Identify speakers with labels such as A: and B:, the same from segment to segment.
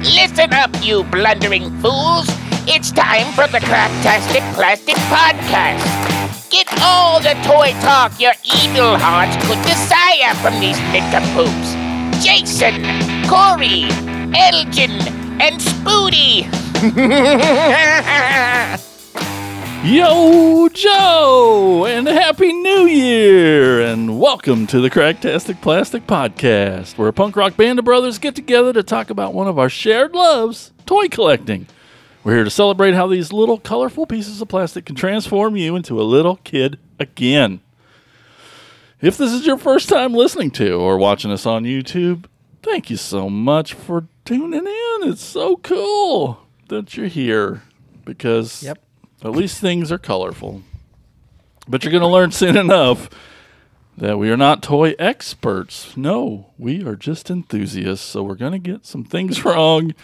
A: Listen up, you blundering fools! It's time for the Cracktastic Plastic Podcast! Get all the toy talk your evil hearts could desire from these nincompoops! Jason, Corey, Elgin, and Spoody!
B: Yo, Joe, and Happy New Year, and welcome to the Cracktastic Plastic Podcast, where a punk rock band of brothers get together to talk about one of our shared loves toy collecting. We're here to celebrate how these little colorful pieces of plastic can transform you into a little kid again. If this is your first time listening to or watching us on YouTube, thank you so much for tuning in. It's so cool that you're here because
C: Yep.
B: at least things are colorful. But you're going to learn soon enough that we are not toy experts. No, we are just enthusiasts. So we're going to get some things wrong.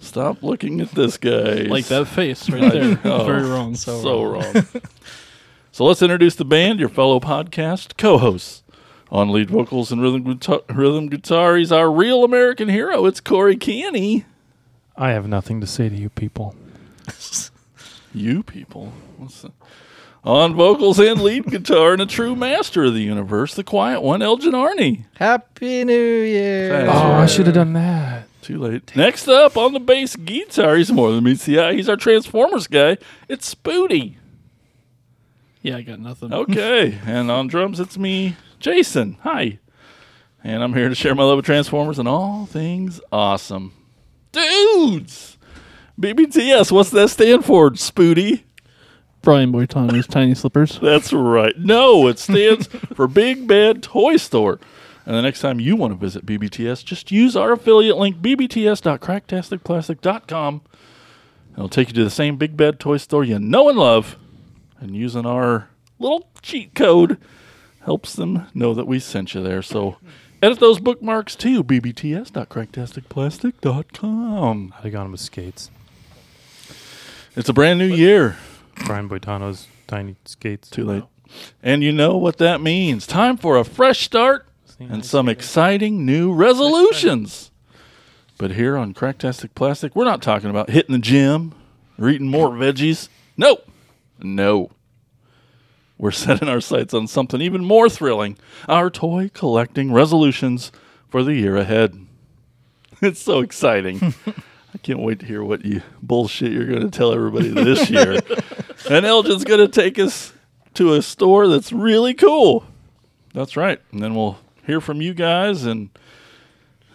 B: Stop looking at this guy.
D: like that face right there.
B: Oh,
D: Very wrong. So,
B: So wrong. so let's introduce the band, your fellow podcast co-hosts. On lead vocals and rhythm guitar, rhythm guitar, he's our real American hero. It's Corey Canny.
E: I have nothing to say to you people.
B: You people. What's that? On vocals and lead guitar, and a true master of the universe, the quiet one, Elgin Arney.
C: Happy New Year.
B: That's
E: Oh, I
B: right.
E: should have done that.
B: Too late. Next up on the bass guitar, he's more than meets the eye. He's our Transformers guy. It's Spoody.
D: yeah, I got nothing.
B: Okay. and on drums, it's me, Jason. Hi. And I'm here to share my love of Transformers and all things awesome. Dudes! BBTS, what's that stand for, Spoody?
D: Brian Boy Tanya's tiny slippers.
B: That's right. No, it stands for Big Bad Toy Store. And the next time you want to visit BBTS, just use our affiliate link, bbts.cracktasticplastic.com. And it'll take you to the same Big Bad Toy Store you know and love. And using our little cheat code helps them know that we sent you there. So edit those bookmarks to bbts.cracktasticplastic.com.
E: I'd have gone with skates.
B: It's a brand new year.
E: Brian Boitano's tiny skates.
B: Too late. And you know what that means. Time for a fresh start and some exciting new resolutions. But here on Cracktastic Plastic, we're not talking about hitting the gym or eating more veggies. No, no. We're setting our sights on something even more thrilling our toy collecting resolutions for the year ahead. It's so exciting. I can't wait to hear what you bullshit you're going to tell everybody this year. and Elgin's going to take us to a store that's really cool. That's right. And then we'll hear from you guys. And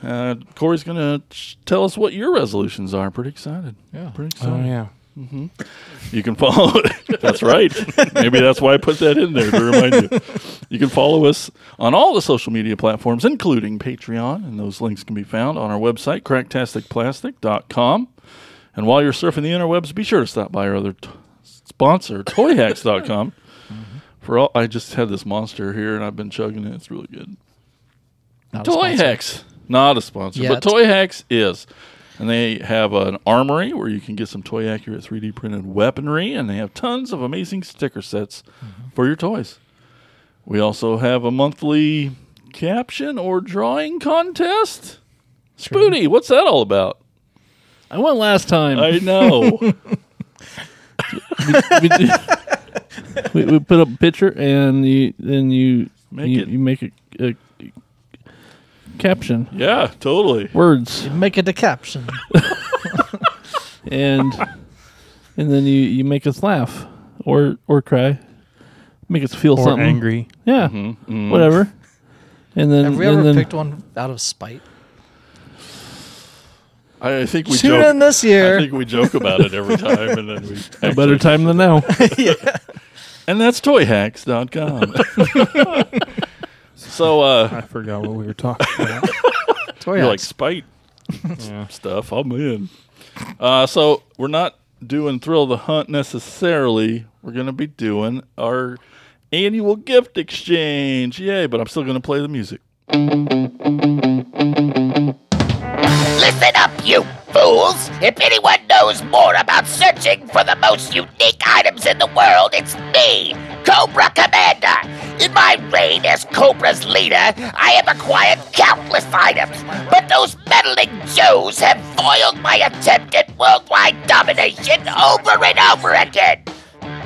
B: uh, Corey's going to tell us what your resolutions are. I'm pretty excited. Yeah. Pretty excited.
E: Oh yeah.
B: You can follow. that's right. Maybe that's why I put that in there to remind you. You can follow us on all the social media platforms, including Patreon, and those links can be found on our website, cracktasticplastic.com. And while you're surfing the interwebs, be sure to stop by our other t- sponsor, toyhacks.com.
C: Mm-hmm.
B: For all, I just had this monster here, and I've been chugging it. It's really good.
C: Not a
B: Toy
C: sponsor.
B: Hacks, not a sponsor,
C: Yet.
B: but Toy Hacks is. And they have an armory where you can get some toy accurate 3D printed weaponry, and they have tons of amazing sticker sets
C: Mm-hmm.
B: for your toys. We also have a monthly caption or drawing contest. Spoody, what's that all about?
D: I went last time.
B: I know.
D: we, did- we- we put up a picture and you then you
B: Make
D: you,
B: it.
D: you make a, a caption
B: yeah, totally.
D: words
C: Make it a caption.
D: and and then you you make us laugh or or cry, make us feel
E: Or
D: something.
E: angry.
D: Yeah, whatever. And then
C: Have we
D: and
C: ever
D: then
C: picked one out of spite?
B: I, I think we
C: Tune
B: joke.
C: in this
B: I
C: year.
B: think we joke about it every time, and then we
D: a better time than now.
B: And that's toyhacks.com. so uh,
E: I forgot what we were talking about.
C: Toy
B: you're like
C: hacks.
B: spite
E: yeah.
B: stuff. I'm in. Uh, so we're not doing Thrill of the Hunt necessarily. We're going to be doing our annual gift exchange. Yay, but I'm still going to play the music.
A: Listen up, you fools! If anyone knows more about searching for the most unique items in the world, it's me, Cobra Commander! In my reign as Cobra's leader, I have acquired countless items, but those meddling Joes have foiled my attempt at worldwide domination over and over again!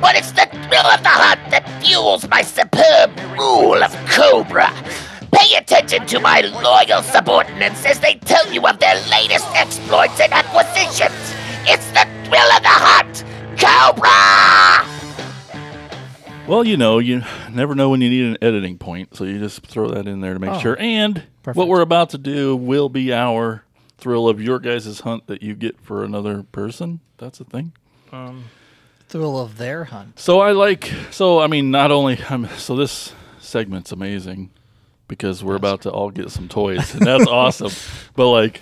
A: But it's the thrill of the hunt that fuels my superb rule of Cobra. Pay attention to my loyal subordinates as they tell you of their latest exploits and acquisitions. It's the thrill of the hunt, Cobra!
B: Well, you know, you never know when you need an editing point, so you just throw that in there to make sure. And what
C: perfect.
B: we're about to do will be our thrill of your guys' hunt that you get for another person. That's a thing.
C: Thrill of their hunt.
B: So I like. So I mean, not only um, so this segment's amazing because we're about to all get some toys, and that's awesome. But like,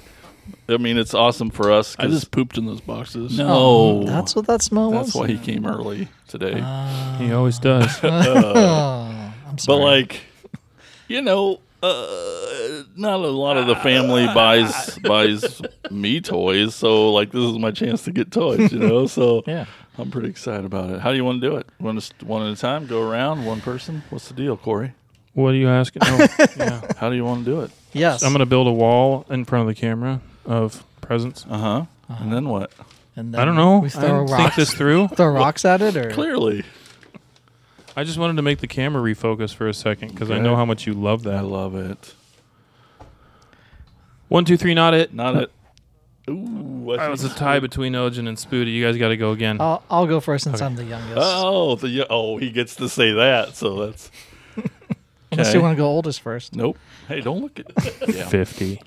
B: I mean, it's awesome for us.
D: I
B: 'cause-
D: just pooped in those boxes.
B: no,
C: Oh, That's what that smell
B: Oh. that's why
C: was.
B: he came early today.
E: He always does.
C: I'm
B: but
C: sorry.
B: like, you know, uh, not a lot of the family
C: Ah.
B: buys buys me toys. So like, this is my chance to get toys. You know, so
C: Yeah.
B: I'm pretty excited about it. How do you want to do it? Want to one at a time? Go around, one person. What's the deal, Corey?
E: what are you asking? Oh, yeah.
B: How do you want to do it?
C: yes.
E: I'm gonna build a wall in front of the camera of presents.
B: Uh huh.
C: Uh-huh.
B: And then what?
C: and then
E: I don't know.
C: We
E: I
C: throw
E: didn't think
C: rocks.
E: this through.
C: throw rocks at it, or
B: Clearly,
E: I just wanted to make the camera refocus for a second because I
B: Okay.
E: know how much you love
B: I
E: that.
B: love it.
E: One, two, three, not it.
B: Not it. Ooh, I
E: That was a
B: think-
E: tie between Elgin and Spoody. You guys got to go again.
C: I'll, I'll go first since I'm the youngest.
B: Oh, the oh, he gets to say that. So that's
C: Unless
B: okay.
C: you want to go oldest first.
B: nope. Hey, don't look at. Yeah.
E: Fifty.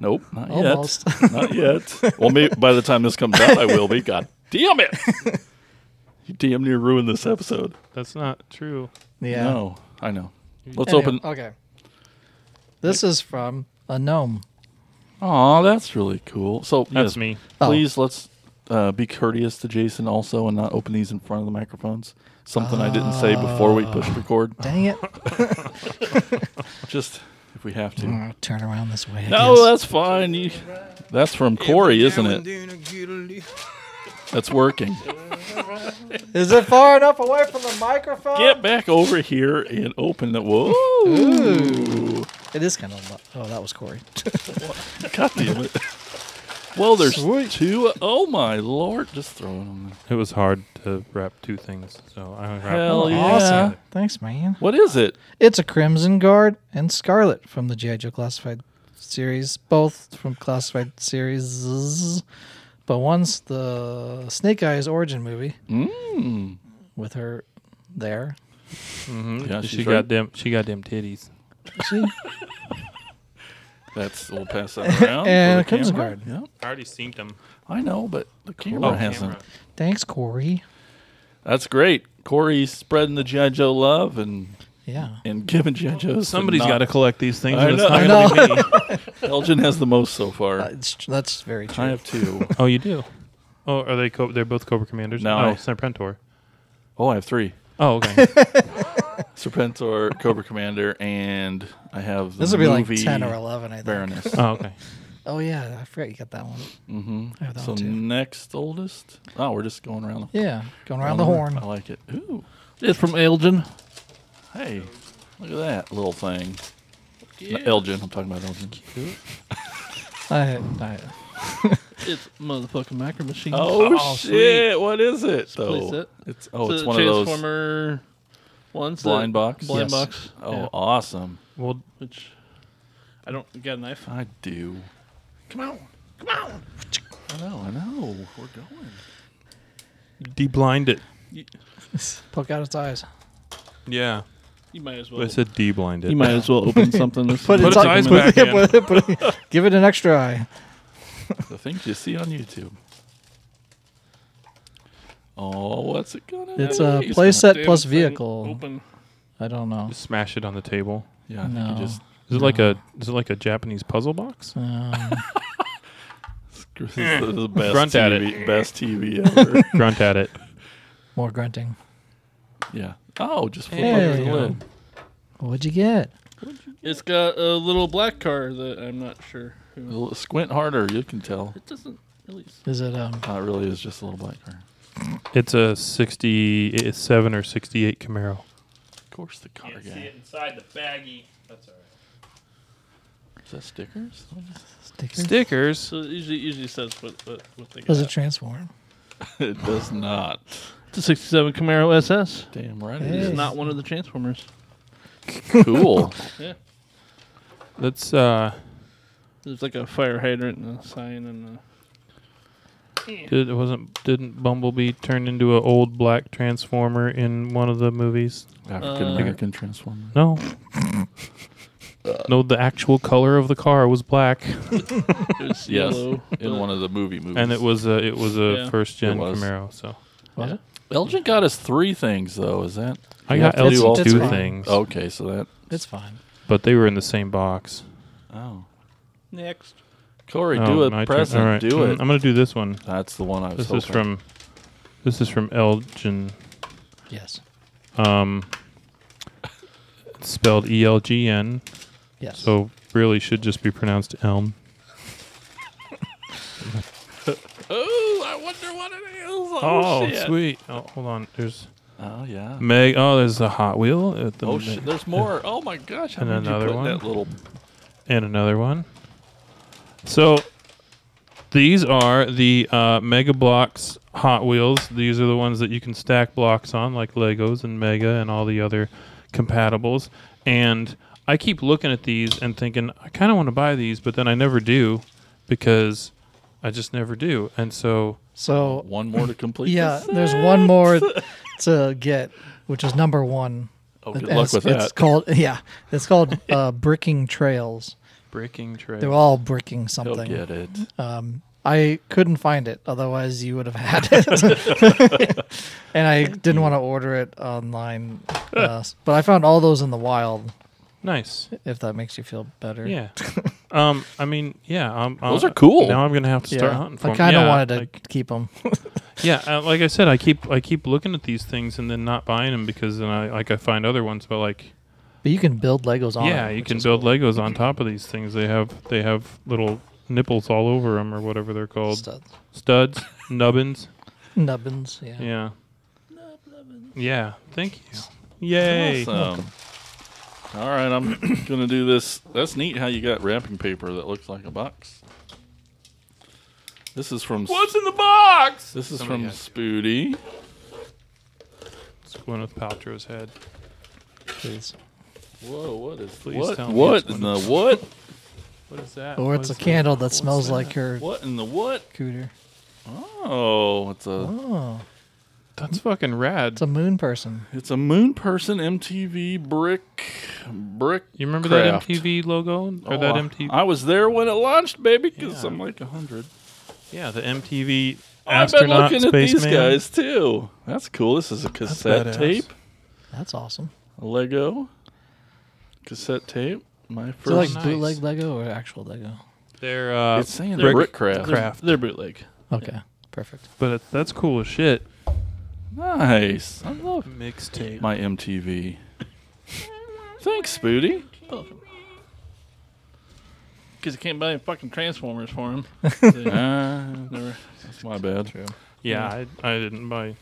B: Nope, not
C: Almost.
B: yet. Not yet. Well, maybe by the time this comes out, I will be. God damn it! You damn near ruined this episode.
E: That's not true.
C: Yeah.
B: No, I know. Let's
C: Anyway,
B: open.
C: Okay. This is from a gnome.
B: Aw, that's really cool. So
E: That's
B: yes,
E: me.
C: Oh.
B: Please let's uh, be courteous to Jason also, and not open these in front of the microphones. Something I didn't say before we
C: Ah.
B: push record.
C: Dang it.
B: Just if we have to.
C: Uh, Turn around this way. I
B: No,
C: guess.
B: that's fine. You, that's from Corey, isn't it? That's working.
C: Is it far enough away from the microphone?
B: Get back over here and open the. Whoa.
C: It is kind of. Lo- oh, that was Corey.
B: God damn it. Well, there's
C: Sweet.
B: two. Oh my lord! Just throwing them.
E: It was hard to wrap two things, so I wrapped
B: Hell yeah!
C: Awesome. Thanks, man.
B: What is it?
C: It's a Crimson Guard and Scarlet from the G.I. Joe Classified series, both from Classified series. But one's the Snake Eyes origin movie
B: Mm.
C: with her there.
E: Mhm.
B: Yeah,
E: she
B: she's
E: got
B: right.
E: them. She got them titties.
B: That's we'll pass that around. for
C: And
B: the
C: a Crimson
B: camera.
C: Guard.
B: Yeah,
E: I already seen them.
B: I know, but the camera hasn't.
C: Thanks, Corey.
B: That's great. Corey's spreading the GI Joe love and
C: Yeah.
B: and giving GI Joes.
E: Somebody's got to collect these things.
B: I
E: and it's
B: know.
E: not
B: I
E: gonna be me.
B: Elgin has the most so far.
C: It's, that's very true.
B: I have two.
E: Oh, you do. Oh, are they? Co- they're both Cobra Commanders.
B: No,
E: oh,
B: I-
E: Serpentor.
B: Oh, I have three.
E: Oh, okay.
B: Serpentor, Cobra Commander, and I have the
C: This will be like
B: movie
C: 10 or 11, I think.
B: Baroness.
E: oh, okay.
C: Oh, yeah. I forgot you got that one.
B: hmm
C: I have that
B: So
C: one too.
B: next oldest. Oh, we're just going around the
C: yeah. Going around the horn.
B: I like it. Ooh,
D: It's from Elgin.
B: hey, look at that little thing. No, Elgin, I'm talking about Elgin.
C: I, I,
D: It's motherfucking macro machine.
B: Oh,
E: Oh,
B: shit! What is it
D: place
B: though?
D: it.
B: It's oh,
D: So
B: it's
D: the
B: one of those.
D: Transformer ones. that-
B: Blind box?
D: Blind
C: Yes.
D: box.
B: Oh,
D: yeah,
B: awesome!
E: Well,
D: which I don't you got a knife.
B: I do.
D: Come on.
B: I know. I know. We're going.
E: deblind it.
C: poke out its eyes.
E: Yeah,
D: You might as well.
E: I said deblind it.
D: You might as well open something. Put,
E: Put its
C: on-
E: eyes
C: put
E: back
C: it-
E: in.
C: put it- put it- give it an extra eye.
B: The things you see on YouTube. Oh, what's it gonna?
C: It's
B: be?
C: a
B: It's gonna-
C: playset plus vehicle.
D: Open.
C: I don't know.
E: Just smash it on the table.
B: Yeah, I think
C: No.
B: you just
E: Is it like a? Is it like a Japanese puzzle box?
C: Um,
B: this is the best
E: Grunt
B: TV,
E: at
B: best TV ever.
E: Grunt at it.
C: more grunting.
B: yeah. Oh, just flip
C: Hey.
B: up the lid.
C: What'd you get?
D: It's got a little black car that I'm not sure. Who.
B: L- Squint harder, you can tell.
D: It doesn't.
C: Is it um?
B: Uh, it really is just a little black car.
E: It's a 67 or 68 Camaro.
B: Of course, the car
F: Can't see
B: guy.
F: it inside the baggie. That's all right.
B: Is that stickers?
C: Sticker?
E: Stickers.
D: So it usually usually says what what, what they got.
C: Does it transform?
B: it does not.
D: It's a '67 Camaro SS.
B: Damn right
C: Hey.
B: it
D: It's
B: is.
D: not one of the Transformers.
B: Cool.
E: That's uh.
D: There's like a fire hydrant and a sign and a,
E: Did, it wasn't didn't Bumblebee turn into an old black transformer in one of the movies?
B: African American Transformer.
E: No. no, the actual color of the car was black,
D: it
B: Yes,
D: was yellow.
B: in one of the movie movies.
E: and it was a it was a
D: Yeah.
E: first gen
B: It was.
E: Camaro. So
D: Was it?
B: Elgin got us three things though. Is that
E: I
B: You
E: got
B: have to do all
E: LG two
B: three? Oh.
E: things,
B: okay? So that
C: It's fine.
E: but they were in the same box.
B: oh,
D: Next.
B: Corey,
E: Oh,
B: do a
E: my turn.
B: present.
E: All right.
B: Do
E: Mm,
B: it.
E: I'm gonna do this one.
B: That's the one I was.
E: This is
B: hoping.
E: from this is from Elgin.
C: Yes.
E: Um, it's spelled E L G N.
C: Yes.
E: So really should just be pronounced Elm.
B: Oh, I wonder what it is. Oh, shit.
E: sweet. Oh, hold on. There's
B: Oh yeah.
E: Meg. Oh, there's a Hot Wheel at the
B: Oh
E: Meg-
B: shit. There's more. Oh my gosh. How
E: mm, And
B: did you
E: another
B: put in
E: one.
B: that little?
E: and another one. So these are the uh, Mega Blocks Hot Wheels. These are the ones that you can stack blocks on, like Legos and Mega and all the other compatibles. And I keep looking at these and thinking, I kind of want to buy these, but then I never do because I just never do. And so
C: So
B: One more to complete.
C: yeah,
B: this?
C: there's one more to get, which is number one.
B: Oh, good
C: And
B: luck
C: it's,
B: with
C: it's
B: that.
C: called yeah, it's called uh, bricking trails.
E: breaking trade.
C: They're all bricking
B: He'll
C: something.
B: get it.
C: I couldn't find it, otherwise you would have had it. and I didn't want to order it online, uh, but I found all those in the wild.
E: nice.
C: If that makes you feel better,
E: Yeah. um. I mean, yeah. Um,
B: Those are cool.
E: Now I'm gonna have to
C: Yeah.
E: start hunting for
C: I
E: 'em.
C: kind of
E: Yeah,
C: wanted to
E: like-
C: keep them.
E: yeah uh, like i said i keep i keep looking at these things and then not buying them because then i like i find other ones but like
C: But you can build Legos on.
E: yeah
C: it,
E: you
C: which
E: can
C: is
E: build legos on top of these things they have they have little nipples all over them or whatever they're
C: cool
E: called
C: stuff.
E: studs nubbins
C: nubbins. Yeah.
E: yeah yeah thank you yay
B: Awesome. All right, I'm gonna do this. That's neat how you got wrapping paper that looks like a box. This is from
E: what's in the box
B: this is
E: Somebody
B: from
E: has
B: Spoody.
E: it's gwyneth paltrow's head
C: Please.
B: Whoa, what is
E: Please
B: what?
E: tell me
B: what
E: it's
B: in
E: one
B: the what?
E: what is that
C: Or
E: What
C: Oh, it's
E: is
C: a
E: that?
C: candle that smells like your
B: What in the what?
C: cooter.
B: Oh, it's a
C: Oh,
E: that's fucking rad
C: it's a moon person.
B: it's a moon person MTV brick brick.
E: you remember
B: craft.
E: that mtv logo or
B: Oh,
E: that
B: I-
E: mtv
B: I was there when it launched, baby, because
E: Yeah.
B: I'm like hundred.
E: yeah the mtv
B: I've been
E: astronaut
B: looking at these
E: spaceman.
B: guys too. That's cool. This is a cassette
E: badass.
B: tape.
C: That's awesome.
B: Lego, cassette tape. My
C: Is it like
B: first.
E: nice.
C: bootleg Lego or actual Lego?
E: They're uh,
B: it's saying
E: brick-
B: Brickcraft.
E: Craft.
D: They're bootleg.
C: Okay, perfect.
E: but it, that's cool as shit.
B: Nice. I love
E: Mixtape.
B: my MTV. Thanks, Spooty.
D: Because you can't buy fucking Transformers for them.
B: Uh, that's my bad.
E: Yeah, I, I didn't buy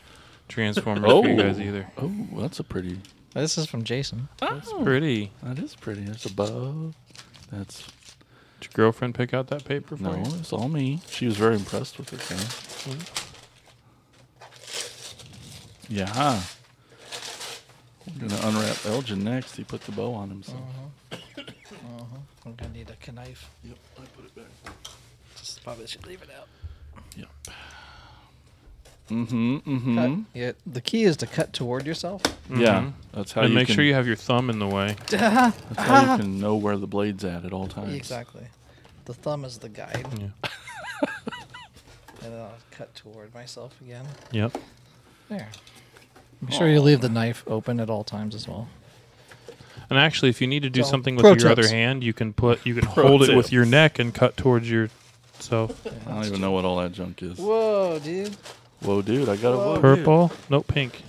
E: Transformers
B: Oh.
E: for you guys either.
B: Oh, that's a pretty.
C: This is from Jason.
E: That's pretty.
B: That is pretty. That's a bow. That's
E: Did your girlfriend pick out that paper for
B: no.
E: you?
B: It's all me. She was very impressed with it. Though. Yeah. We're gonna unwrap Elgin next. He put the bow on himself.
C: Uh-huh. I'm gonna need a knife.
B: Yep, I put it back.
C: Just probably should leave it out.
B: Yep. Mm-hmm. Mm-hmm.
C: Yeah, the key is to cut toward yourself.
B: Yeah, that's how
E: and
B: you
E: Mm-hmm. make
B: can,
E: sure you have your thumb in the way.
B: that's how you can know where the blade's at at all times.
C: Exactly. The thumb is the guide.
E: Yeah.
C: and then I'll cut toward myself again.
E: Yep.
C: There. Make sure you leave the knife open at all times as well.
E: And actually, if you need to do
C: So,
E: something with
C: pro
E: your other
C: tips.
E: hand, you can put you can
B: Pro
E: hold it
B: tips.
E: with your neck and cut towards your. So
B: I don't even know what all that junk is. Whoa,
C: Whoa, dude.
B: dude, I got a whoa.
E: purple, no pink.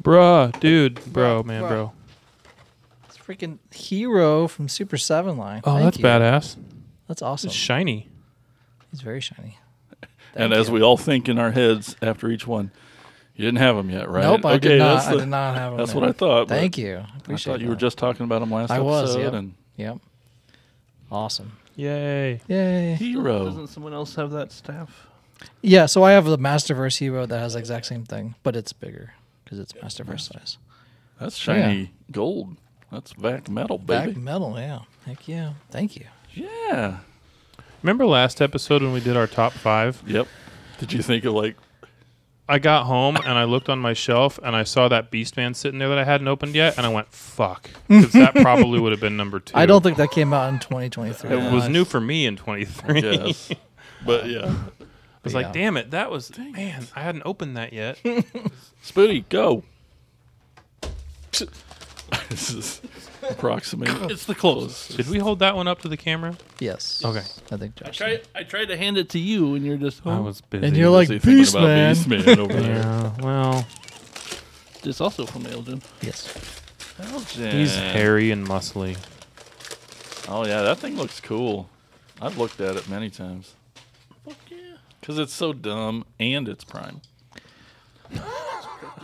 E: Bruh, dude, bro, man, bro.
C: It's freaking hero from Super 7 line.
E: Oh,
C: Thank
E: that's
C: you.
E: badass.
C: That's awesome.
E: It's shiny.
C: He's very shiny.
B: and as we all think in our heads after each one, you didn't have them yet, right?
C: Nope, I did not.
B: that's
C: I
B: the-
C: did not have them.
B: that's
C: in.
B: what I thought, but
C: Thank you. I
B: I
C: appreciate
B: thought you were
C: that.
B: just talking about them last
C: I was,
B: episode,
C: yep.
B: and
C: Yep. Awesome.
E: Yay.
C: Yay.
B: hero.
D: Doesn't someone else have that staff?
C: Yeah, so I have the Masterverse hero that has the exact same thing, but it's bigger because it's Masterverse size.
B: That's shiny gold. That's back metal, baby.
C: Back metal, yeah. Heck yeah. Thank you.
B: Yeah.
E: Remember last episode when we did our top five?
B: Yep. Did you think of like
E: I got home and I looked on my shelf and I saw that Beastman sitting there that I hadn't opened yet, and I went, "Fuck," because that probably would have been number two.
C: I don't think that came out in Uh, 2023.
E: it was
B: Nice.
E: new for me in 23. I
B: yes, but yeah.
E: was
C: Yeah.
E: like, "Damn it, that was man, I hadn't opened that yet."
B: Spooty, go. this is approximate. It's the closest.
E: Did we hold that one up to the camera?
C: Yes.
E: Okay.
C: I think Josh.
D: Tried, I tried to hand it to you, and you're just
E: I
D: oh,
E: was busy.
C: you're like-
B: Busy thinking
C: Beast
B: about
C: Man.
B: Beast Man over there.
E: yeah, well,
D: it's also from Elgin.
C: Yes.
E: he's
B: Yeah.
E: hairy and muscly.
B: Oh yeah, that thing looks cool. I've looked at it many times. Fuck yeah. Because it's so dumb and it's prime.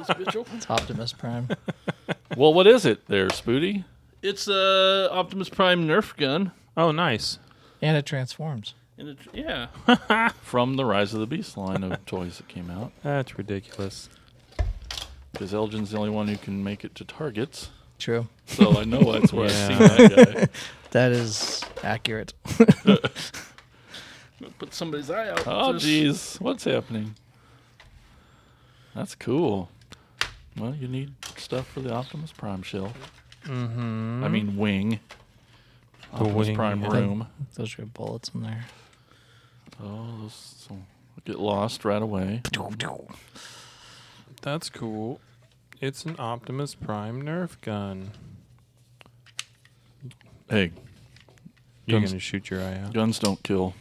C: It's Optimus Prime.
B: well, what is it there, Spooty?
D: It's a Optimus Prime Nerf gun,
E: Oh, nice.
C: and it transforms.
D: and it, yeah,
B: From the Rise of the Beast line of toys that came out.
E: That's ridiculous.
B: Because Elgin's the only one who can make it to targets.
C: True.
B: So I know that's where
E: Yeah.
B: I've seen that guy.
C: That is accurate.
D: put somebody's eye out.
B: Oh,
D: Just-
B: jeez. What's happening? That's cool. Well, you need stuff for the Optimus Prime shelf. Mm-hmm. I mean, wing. Optimus
E: wing,
B: Prime
E: yeah.
B: room.
C: Those are bullets in there.
B: Oh, those so get lost right away.
E: That's cool. It's an Optimus Prime Nerf gun.
B: Hey,
E: You're
B: Guns-
E: gonna shoot your eye out.
B: guns don't kill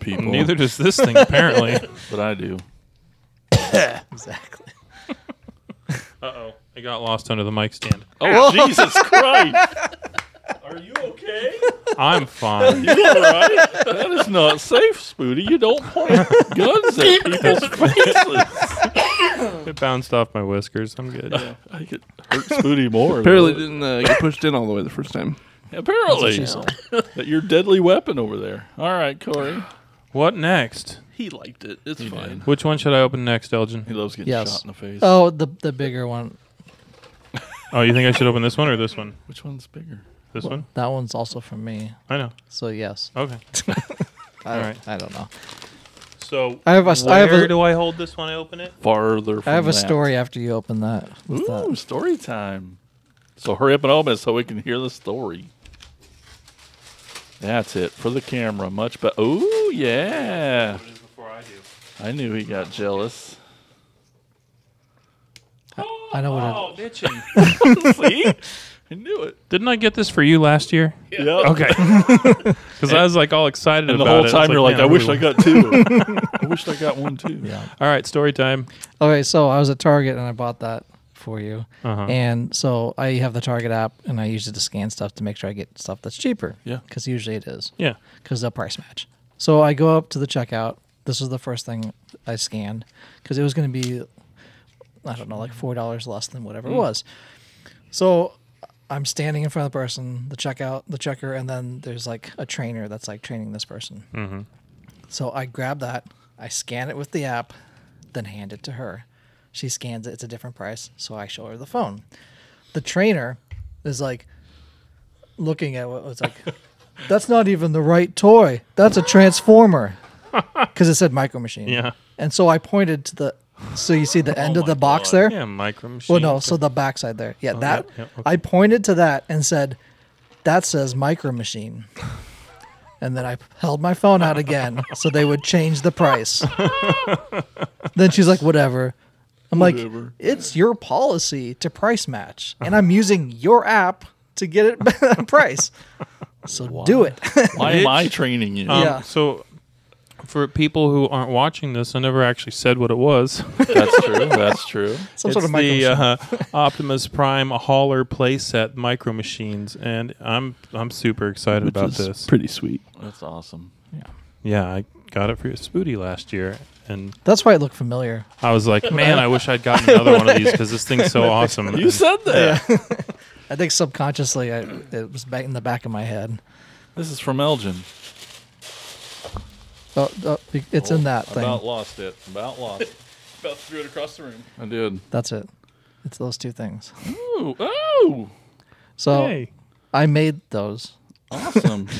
B: people.
E: Neither does this thing, apparently.
B: but I do.
C: Exactly.
E: uh oh. I got lost under the mic stand.
B: Oh, Jesus Christ!
F: Are you okay?
E: I'm fine.
B: All right, that is not safe, Spooty. You don't point guns at people's faces.
E: It bounced off my whiskers. I'm good.
B: I could hurt Spooty more.
D: Apparently didn't uh, get pushed in all the way the first time.
B: Apparently,
C: That's what
B: that your deadly weapon over there. All right, Corey.
E: What next?
D: He liked it. It's fine.
E: Which one should I open next,
B: He
E: Elgin?
B: loves getting
C: Yes.
B: shot in the face.
C: Oh, the the bigger one.
E: Oh, you think I should open this one or this one?
B: Which one's bigger?
E: This one?
C: That one's also from me.
E: I know.
C: So yes.
E: Okay.
C: I,
E: Alright.
C: I don't know.
E: So
C: I have a s-
E: where
C: I have a-
E: do I hold this one? I open it.
B: Farther. From
C: I have
B: that.
C: a story after you open that. with
B: Ooh,
C: that.
B: story time. So hurry up and open it so we can hear the story. That's it for the camera. Much but oh yeah.
E: Before I do.
B: I knew he got jealous.
C: I know what. I,
E: Oh, bitching!
B: See? I knew it.
E: Didn't I get this for you last year?
B: Yeah.
E: Okay. Because I was like all excited
B: And the
E: about
B: whole
E: it.
B: time you're like,
E: man,
B: I wish I
E: really
B: got two. I wish I got one too.
C: yeah.
E: want-" All right, story time.
C: Okay, so I was at Target and I bought that for you.
E: Oh. Uh-huh.
C: And so I have the Target app and I use it to scan stuff to make sure I get stuff that's cheaper.
B: Yeah.
C: Because usually it is.
E: Yeah.
C: Because they'll price match. So I go up to the checkout. This was the first thing I scanned because it was going to be, I don't know, like $4 less than whatever it was. So I'm standing in front of the person, the checkout, the checker, and then there's like a trainer that's like training this person. So I grab that, I scan it with the app, then hand it to her. She scans it, it's a different price, so I show her the phone. The trainer is like looking at what was like, that's not even the right toy. That's a transformer. Because it said micro machine.
E: Yeah.
C: And so I pointed to the, so you see the end of the box there?
E: Oh Yeah, micro machine.
C: Well, no, so the backside there. Yeah, that.
E: yep, yep, okay.
C: I pointed to that and said, "That says micro machine," and then I held my phone out again so they would change the price. then she's like, "Whatever." I'm like,
B: Whatever.
C: "It's your policy to price match, and I'm using your app to get it a price. So do it."
B: Why am I training you?
E: Um,
C: Yeah.
E: So, for people who aren't watching this, I never actually said what it was.
B: That's true. That's true.
C: Some
E: it's
C: sort of micro
E: the
C: machine.
E: uh, Optimus Prime Hauler playset micro machines, and I'm I'm super excited about this.
D: pretty sweet.
B: That's awesome.
E: yeah, I got it for your Spooty last year, and
C: That's why it looked familiar.
E: I was like, man, I wish I'd gotten another one of these because this thing's so awesome.
B: You said that.
C: I think subconsciously I, it was back in the back of my head.
B: This is from Elgin.
C: Oh, oh, be- it's in that thing.
B: About lost it. About lost. it.
F: About threw it across the room.
B: I did.
C: That's it. It's those two things.
B: Ooh, oh,
C: So
E: hey,
C: I made those.
B: awesome.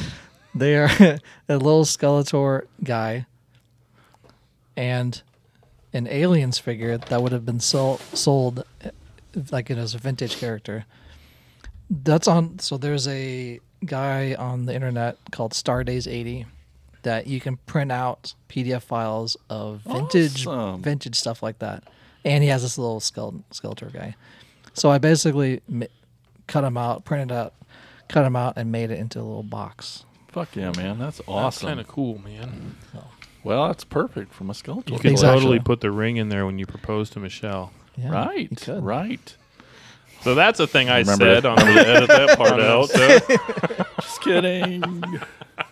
C: They are a little Skeletor guy and an aliens figure that would have been sold, sold eh, like it as a vintage character. That's on. So there's a guy on the internet called Stardays80 that you can print out PDF files of vintage
B: Awesome.
C: vintage stuff like that. And he has this little skeleton, Skeletor guy. So I basically ma- cut him out, printed out, cut him out, and made it into a little box.
B: Fuck yeah, man. That's
E: that's
B: awesome.
E: kind of cool, man.
B: well, that's perfect from a skeleton.
E: You could
C: Exactly.
E: totally put the ring in there when you propose to Michelle.
C: Yeah, you
B: Right.
C: could.
B: Right.
E: So that's a thing I
B: Remember
E: said. I'm gonna edit that part out. So.
B: Just kidding.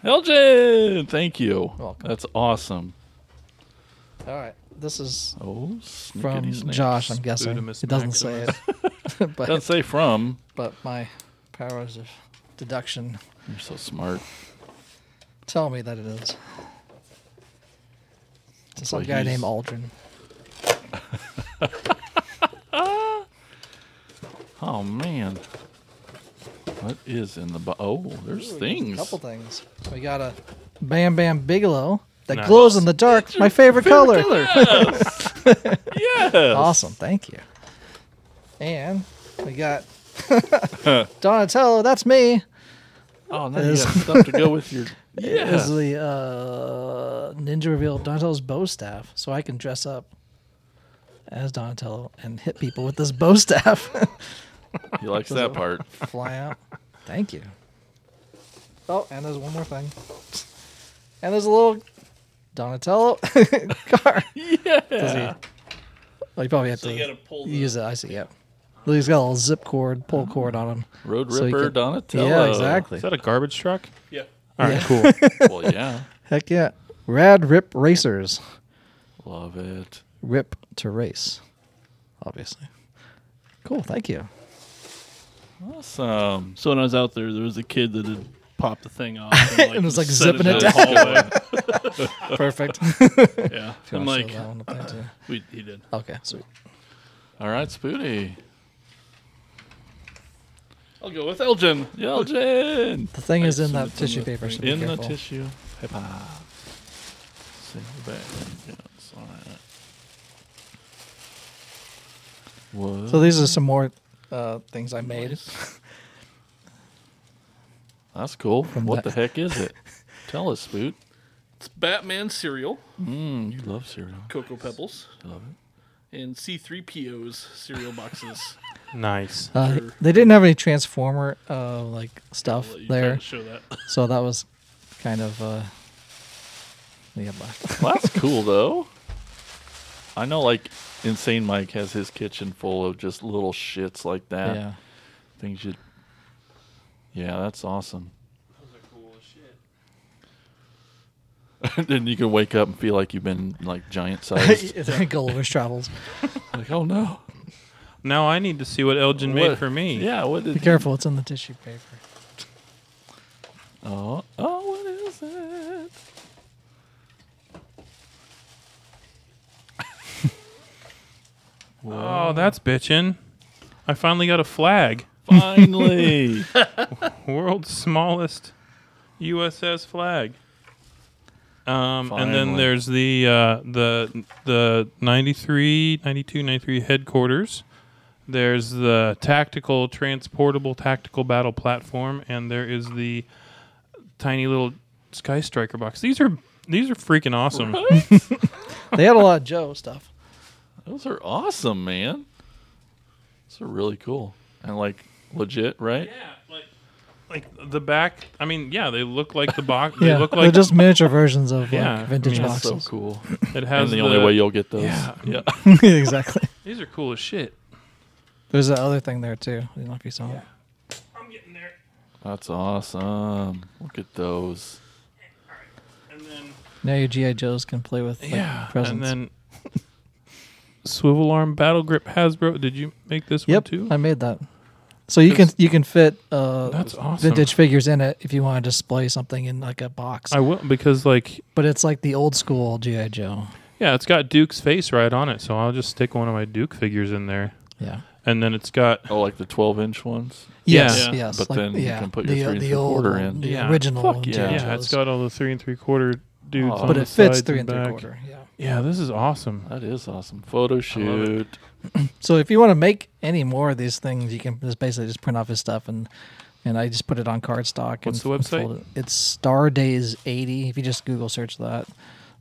B: Elgin, thank you.
C: welcome.
B: That's awesome.
C: All right. This is
B: Oh, snickety
C: from
B: snakes.
C: Josh, I'm guessing.
E: Sputumus
C: It doesn't say it.
B: Doesn't
C: but,
B: say from.
C: but my powers of deduction
B: You're so smart.
C: tell me that it is. To some
B: Well,
C: guy
B: he's-
C: named Aldrin.
B: Oh man. What is in the bo- oh? There's
C: A
B: things.
C: couple things. We got a Bam Bam Bigelow that
E: Nice.
C: glows in the dark. My favorite, color.
B: yes.
C: Awesome. Thank you. And we got Donatello. That's me.
B: Oh, now
C: Is-
B: you have stuff to go with your. Yeah.
C: Is the uh, ninja reveal Donatello's bow staff, so I can dress up as Donatello and hit people with this bow staff.
B: He likes that part.
C: Fly out. Thank you. Oh, and there's one more thing. And there's a little Donatello car. Does he? Oh, you probably have
F: you
C: to
F: gotta pull the-
C: use it. I see. Yep. He's got a little zip cord, pull cord on him.
B: Road
C: So you
B: Ripper
C: could-
B: Donatello.
C: Yeah, exactly.
E: Is that a garbage truck?
F: Yeah.
E: All right,
C: Yeah.
E: cool.
B: Well, yeah.
C: Heck yeah. Rad Rip Racers.
B: Love it.
C: Rip to race. Obviously. Cool. Thank you.
B: Awesome.
D: So when I was out there, there was a kid that had popped the thing off. And,
C: And was, like,
D: set
C: zipping it
D: in the hallway.
C: Perfect.
D: yeah, I'm like, we, he did.
C: okay, sweet.
B: All right, Spooty.
D: I'll go with Elgin.
B: Elgin.
C: The thing is in
D: assume
C: that
D: it's in
C: tissue
D: the
C: paper.
D: thing.
C: So be
B: In the
C: careful.
B: tissue. Paper. Send it back. Yes, all right. What?
C: So these are some more uh, things I made.
B: That's cool. What
C: that-
B: the heck is it? Tell us, Spoot.
F: It's Batman cereal,
B: Mm, you love cereal.
F: Cocoa Pebbles,
B: Love
F: and C3PO's cereal boxes.
E: Nice.
C: Uh, they didn't have any transformer uh, like stuff
F: I'll let you try
C: there,
F: to show that.
C: so that was kind of uh, yeah. But
B: Well, that's cool though. I know, like Insane Mike has his kitchen full of just little shits like that.
C: yeah,
B: Things you. Yeah, that's awesome. then you can wake up and feel like you've been like giant sized.
C: Gulliver's Travels.
B: like, oh no!
E: Now I need to see what Elgin made
B: What-
E: for me.
B: Yeah. What did?
C: Be careful, it's in the tissue paper.
B: Oh, oh, what is it?
E: Oh, that's bitchin'. I finally got a flag.
B: Finally.
E: World's smallest USS flag. Um, and then
B: Finally.
E: there's the uh, the the 93, 92, 93 headquarters. There's the tactical transportable tactical battle platform, and there is the tiny little sky striker box. These are these are freaking awesome.
C: They had a lot of Joe stuff.
B: Those are awesome, man. Those are really cool and like legit, right?
E: Yeah, like like the back. I mean, yeah, they look like the box.
C: yeah,
E: They look
C: they're
E: like
C: just miniature versions of like,
E: Yeah, I
C: vintage
E: mean,
B: That's so
C: boxes.
B: cool.
E: it has
B: And the, only way you'll get those.
E: Yeah.
C: exactly.
E: These are cool as shit.
C: There's that other thing there too. I don't know if you saw it.
E: I'm getting there.
B: That's awesome. Look at those.
E: And then
C: Now your GI Joes can play with like, presents.
E: and then swivel arm battle grip Hasbro. Did you make this
C: yep,
E: one too?
C: I made that. So you can you can fit uh,
E: That's awesome.
C: vintage figures in it if you want to display something in like a box.
E: I will because like
C: but it's like the old school GI Joe.
E: yeah, it's got Duke's face right on it, so I'll just stick one of my Duke figures in there,
C: Yeah.
E: and then it's got
B: Oh, like the 12 inch ones?
E: Yeah.
C: Yes.
E: Yeah.
C: Yes.
B: But
C: like,
B: then you
C: yeah,
B: can put your
C: the,
B: three and
C: the
B: three
C: old,
B: quarter in.
C: The
E: Yeah.
C: original.
B: Fuck yeah.
C: GI
E: yeah,
B: Yeah,
E: it's
C: Joes.
E: got all the three and three quarter dudes.
B: Aw.
E: on
C: But
E: the
C: it fits
E: sides
C: three and three
E: back.
C: quarter. Yeah.
E: Yeah, this is awesome.
B: That is awesome. Photo shoot.
C: So if you want to make any more of these things, you can just basically just print off his stuff and and I just put it on cardstock.
E: What's
C: and,
E: the website?
C: and fold it. It's Star Days eighty. If you just Google search that,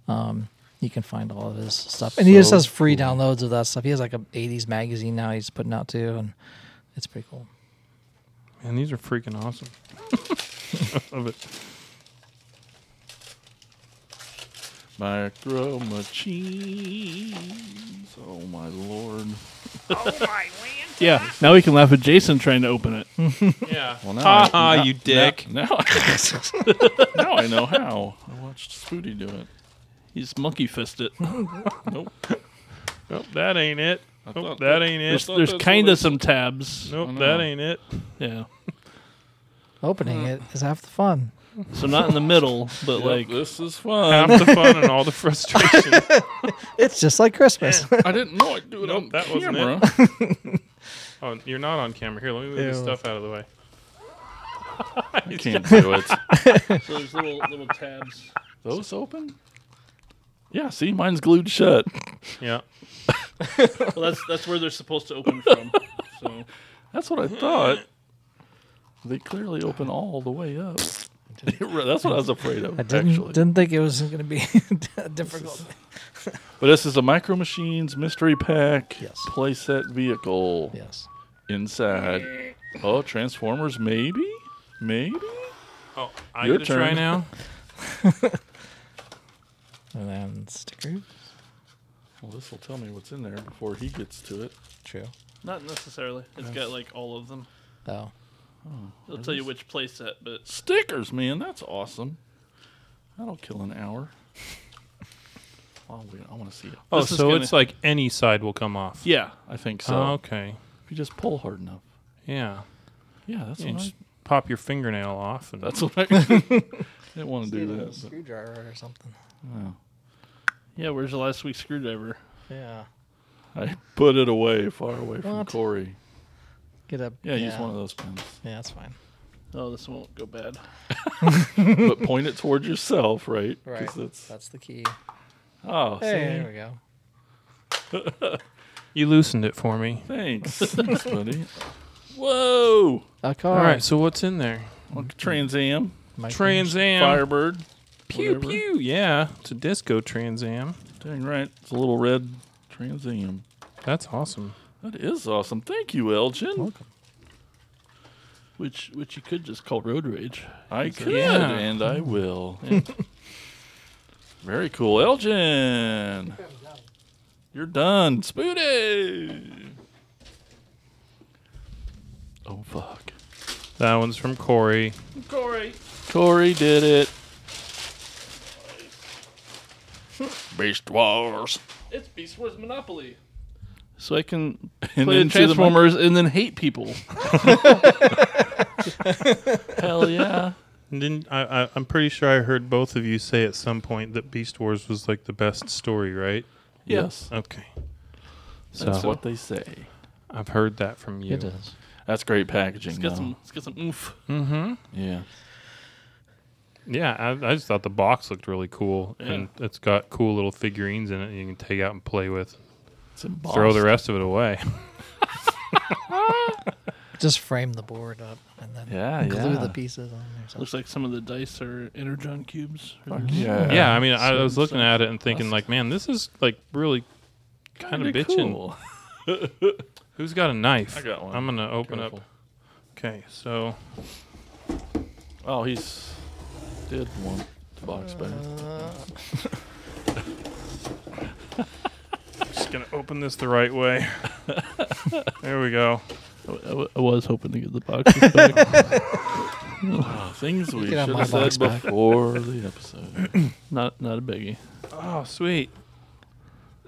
C: um, you can find all of his stuff. And he just
B: So
C: has free downloads of that stuff. He has like a '80s magazine now he's putting out too, and it's pretty cool.
E: Man, these are freaking awesome. I love it.
B: Micro machines. Oh, my lord.
D: Yeah. Now we can laugh at Jason trying to open it.
F: Hmm.
E: Yeah.
B: Well, now
E: ha
B: I-
E: ha,
B: now-
E: you dick.
B: Now, now, now I know how. I watched Spooty do it.
D: He's monkey fisted.
B: Nope.
E: Nope, that ain't it.
B: I
E: Nope,
B: thought
E: that ain't it.
D: There's, there's kind of
B: that's-
D: some tabs.
E: Nope,
B: I
E: that
B: know.
E: ain't it.
D: Yeah.
C: Opening it is half the fun.
D: So not in the middle, but
B: Yep,
D: like
B: this is fun.
E: Half the fun and all the frustration.
C: It's just like Christmas.
B: I didn't know I'd do it
E: Nope,
B: on
E: that wasn't
B: camera.
E: oh, you're not on camera. Here, let me move this
C: Ew.
E: stuff out of the way.
B: I can't do it.
F: So there's little little tabs.
B: Those open? Yeah, see, mine's glued shut.
E: Yeah.
F: Well, that's that's where they're supposed to open from. So
B: That's what I thought. They clearly open all the way up. That's what I was afraid of,
C: I didn't
B: actually.
C: didn't think it was going to be difficult.
B: But this is a Micro Machines Mystery Pack
C: Yes.
B: playset vehicle
C: Yes.
B: inside. Oh, Transformers, maybe? Maybe?
E: Oh, I
B: Your
E: get to try
B: turn.
E: now.
C: And then stickers.
B: Well, this will tell me what's in there before he gets to it.
C: True.
F: not necessarily. It's got like all of them.
C: Oh.
F: It'll tell you which playset, but
B: Stickers, man, that's awesome. That'll kill an hour. Oh, wait, I want to see it.
E: Oh,
B: This is
E: so
B: gonna-
E: it's like any side will come off.
B: Yeah, I think so.
E: Oh, okay.
B: If you just pull hard enough.
E: Yeah.
B: Yeah, that's
E: You can
B: what I,
E: just pop your fingernail off. And
B: that's what I didn't want to do that. but-
C: screwdriver or something.
F: yeah, where's the last week's screwdriver?
C: Yeah.
B: I put it away, far away from
C: What?
B: Corey.
C: Get a
B: Yeah, use one of those pens,
C: Yeah, that's fine.
F: Oh, this won't go bad.
B: but point it towards yourself, right? 'Cause
C: Right.
B: That's,
C: That's the key.
B: oh, see?
C: Hey, there we go.
E: you loosened it for me.
B: thanks, thanks, buddy. Whoa!
C: A car.
E: All right. So what's in there?
B: Look, Trans Am,
C: Mike-
E: Trans Am.
B: Firebird.
E: Pew
B: whatever.
E: pew. Yeah. It's a disco Trans Am.
B: Dang right, it's a little red Trans Am.
E: That's awesome.
B: That is awesome. Thank you, Elgin.
F: Which which you could just call road rage.
B: I could
E: Yeah.
B: and I will. Very cool, Elgin. You're done, Spooty. Oh fuck,
E: That one's from Corey.
F: Corey.
B: Corey did it. Beast Wars.
F: It's Beast Wars Monopoly.
D: so I can
B: And
D: play the
B: into the mic-
D: Transformers and then hate people.
B: Hell yeah.
E: And didn't I, I? I'm pretty sure I heard both of you say at some point that Beast Wars was like the best story, right?
B: yes, Uh,
E: Okay. So,
B: that's what they say.
E: I've heard that from you.
C: It is.
B: That's great packaging.
F: Let's get
B: though.
F: some let's get some oomph.
B: yeah.
E: Mm-hmm. Yeah, I, I just thought the box looked really cool, and it's got cool little figurines in it you can take out and play with.
B: It's embossed.
E: Throw the rest of it away.
C: Just frame the board up and then
B: Yeah,
C: glue
B: yeah.
C: the pieces on there. So
F: Looks like some of the dice are energon cubes. or
B: Fuck yeah.
E: yeah, I mean, I was looking at it and thinking, like, man, this is like really kind of
B: Kinda
E: bitching.
B: cool.
E: Who's got a knife?
B: I got one.
E: I'm gonna open
B: Careful.
E: up. Okay, so
B: Oh, he's did want the box back.
E: just gonna open this the right way. there we go.
F: I, w- I was hoping to get the boxes back.
B: Things we
C: can
B: should
C: have my
B: have
C: box
B: said
C: back.
B: before the episode.
D: Not not a biggie.
E: Oh, sweet.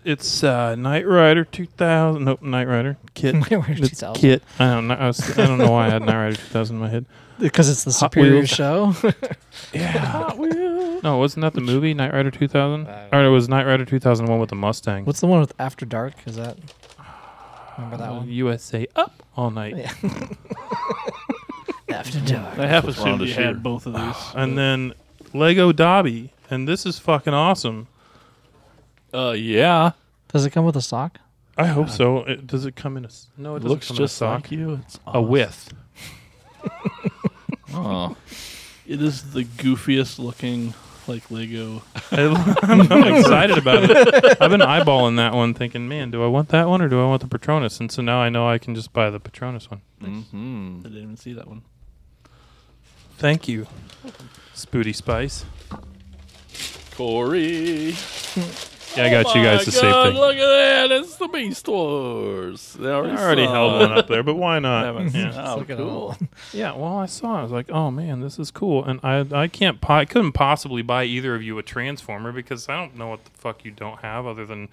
E: It's uh, Knight Rider 2000. Nope, Knight Rider. Kit.
C: Knight Rider
E: It's
C: 2000.
E: Kit. I don't know. I, was, I don't know why I had Knight Rider 2000 in my head.
C: because it's the
E: Hot
C: superior
E: Wheels.
C: show.
E: No, wasn't that the movie, Knight Rider 2000? Or it was Knight Rider 2001 with the Mustang.
C: What's the one with After Dark? Is that remember that
E: Uh,
C: one?
E: USA up all night.
C: Yeah. After Dark.
D: I half
B: That's
D: assumed
B: Rhonda
D: you
B: Shear.
D: had both of these.
E: And then Lego Dobby. And this is fucking awesome.
B: Uh, yeah.
C: Does it come with a sock?
E: I hope so. It, does it come in a. s- No, it doesn't
B: looks
E: come in a
B: just
E: sock.
B: like you. It's
E: A width.
B: Oh.
D: It is the goofiest looking like Lego.
E: I- I'm, I'm excited about it. I've been eyeballing that one, thinking, man, do I want that one or do I want the Patronus? And so now I know I can just buy the Patronus one.
B: Mm-hmm.
D: I didn't even see that one.
E: Thank you, Spooty Spice.
B: Corey.
E: Yeah, I got you
C: Oh
E: guys the same thing.
B: Look at that. It's the Beast Wars. They
E: I
B: already,
E: already
B: saw
E: held
B: it.
E: one up there, but why not?
B: Haven't-
E: Yeah.
B: Oh,
C: Look at
B: cool.
C: all-
E: yeah, well, I saw. it. I was like, oh man, this is cool, and I I can't po- I couldn't possibly buy either of you a transformer because I don't know what the fuck you don't have other than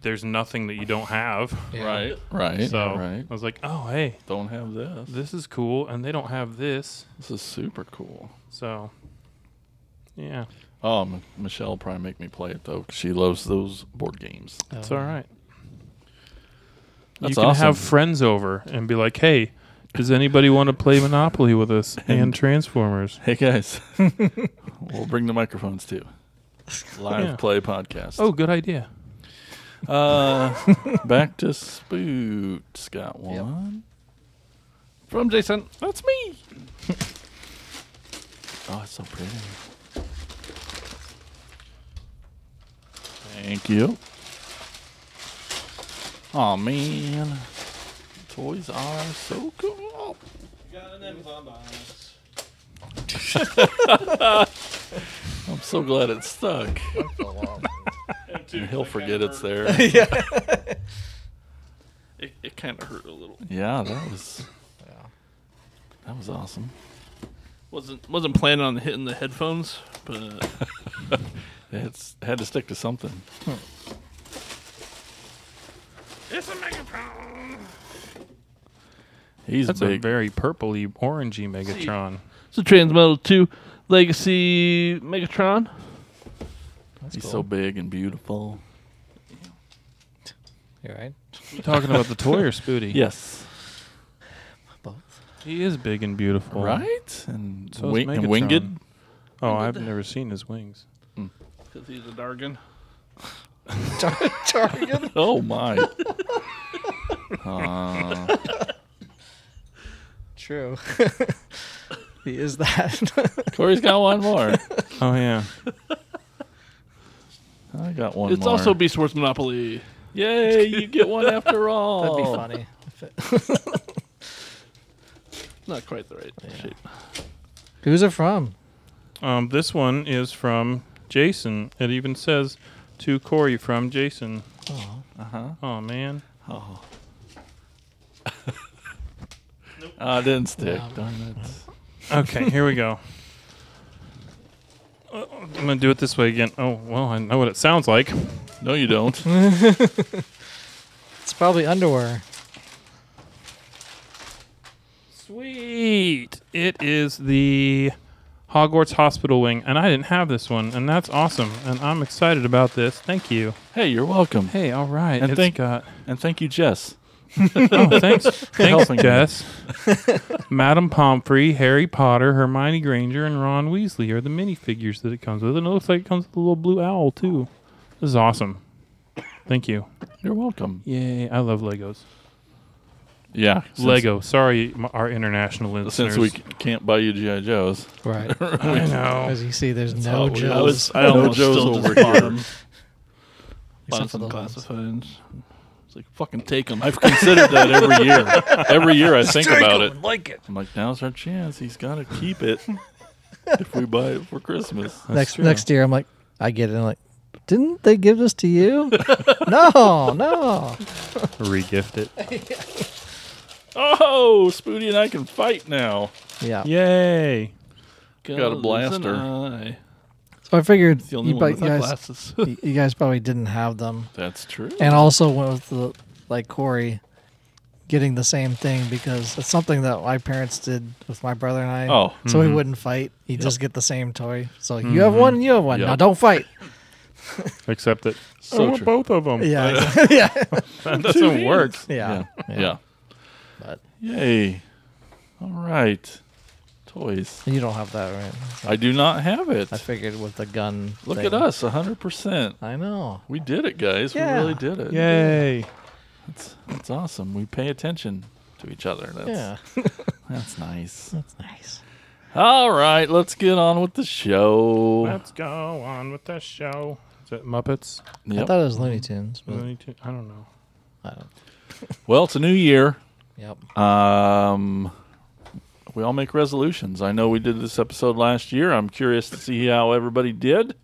E: there's nothing that you don't have.
B: Right, right,
E: So
B: right.
E: I was like, oh hey,
B: Don't have this.
E: this is cool, and they don't have this,
B: This is super cool.
E: so yeah,
B: Oh, M- Michelle will probably make me play it though. 'cause she loves those board games.
E: it's
C: Oh.
E: all right. you
B: Uh, That's
E: can
B: awesome.
E: have friends over and be like, hey, does anybody want to play Monopoly with us and Transformers?
B: Hey guys, we'll bring the microphones too. Live
E: Yeah.
B: play podcast.
E: Oh, good idea.
B: uh, back to Spoot's got one from Jason. That's me. oh, it's so pretty. Thank you. Oh man, toys are so cool.
F: Got an Amazon box.
B: I'm so glad it stuck.
F: And two,
B: He'll
F: like,
B: forget
F: that
B: it's
F: bird.
B: there.
F: It, it kind of hurt a little.
B: Yeah, that was that was awesome.
F: wasn't wasn't planning on hitting the headphones, but
B: It's had to stick to something.
F: it's a megaphone.
B: He's
E: That's a
B: big.
E: very purpley, orangey Megatron.
D: It's a Transmodal 2 Legacy Megatron.
B: he's so big and beautiful.
C: You're right.
E: You talking about the toy or Spooty?
B: Yes.
C: Both.
E: He is big and beautiful.
B: Right? And,
E: So is
B: wing- and
E: Megatron.
B: winged.
E: Oh, I've never seen his wings.
F: Because he's a Dargon.
C: Target.
B: Oh my. Uh,
C: True. he is that.
B: Corey's got one more.
E: Oh, yeah.
B: I got one
F: It's
B: more.
F: also Beast Wars Monopoly.
B: Yay, you get one after all.
C: That'd be funny. If it-
F: Not quite the right shape.
C: Who's it from?
E: Um, this one is from Jason. It even says to Corey from Jason.
B: Uh-huh.
E: Oh, man.
B: Oh. Ah, it didn't stick. Darn it.
E: Okay, here we go. Uh, I'm going to do it this way again. Oh, well, I know what it sounds like.
B: No, you don't.
C: It's probably underwear.
E: Sweet. It is the Hogwarts Hospital wing, and I didn't have this one, and that's awesome, and I'm excited about this. Thank you.
B: hey, you're welcome.
E: Hey, all right.
B: And
E: it's
B: thank-
E: got.
B: And thank you, Jess.
E: Oh, thanks, thanks,
B: helping me.
E: Jess. Madame Pomfrey, Harry Potter, Hermione Granger, and Ron Weasley are the minifigures that it comes with, and it looks like it comes with a little blue owl too. This is awesome. Thank you.
B: You're welcome.
E: Yay! I love Legos.
B: Yeah. since-
E: Lego. Sorry, m- our international listeners.
B: Since we c- can't buy you GI Joes,
C: Right.
E: I know.
C: As you see, there's no
B: we-
F: I
C: Joes.
F: was I
B: No
F: almost
B: Oh, Joes
F: still
B: over
F: just bought them.
C: Except
F: Bought
C: for
F: some
C: the
F: classifieds. It's like fucking take them.
B: I've considered that every year. Every year I think about it. I'm like, now's our chance. He's got to keep it if we buy it for Christmas.
C: next
E: true.
C: next year, I'm like, I get it. I'm like, didn't they give this to you? no, no.
E: Regift it.
B: Oh, Spooty and I can fight now.
C: Yeah.
E: Yay!
B: Got a blaster.
C: So I figured
D: The only
C: you,
D: one
C: bu-
D: with
C: you
D: my
C: guys,
D: glasses.
C: you you guys probably didn't have them,
B: That's true.
C: and also with the like Corey getting the same thing because it's something that my parents did with my brother and I.
B: Oh.
C: so we wouldn't fight. You just get the same toy. So you have one, and you have one.
B: Yep.
C: Now don't fight.
E: Except that
B: So
E: I want
B: true.
E: both of them.
C: Yeah, exactly. yeah,
E: that doesn't work.
C: yeah,
B: Yeah.
C: But-
B: Yay. All right. Toys.
C: You don't have that, right?
B: I do not have it.
C: I figured with the gun.
B: Look
C: thing.
B: at us, 100%.
C: I know.
B: We did it, guys.
C: Yeah.
B: We really did it.
E: Yay!
B: That's, that's awesome. We pay attention to each other. That's,
C: Yeah,
B: that's nice.
C: that's nice.
B: All right, let's get on with the show.
E: Let's go on with the show. Is that Muppets?
C: I
B: Yep.
C: thought it was Looney Tunes, but
E: Looney Tunes? I don't know.
C: I don't.
B: Well, it's a new year.
C: Yep.
B: Um, we all make resolutions. I know we did this episode last year. I'm curious to see how everybody did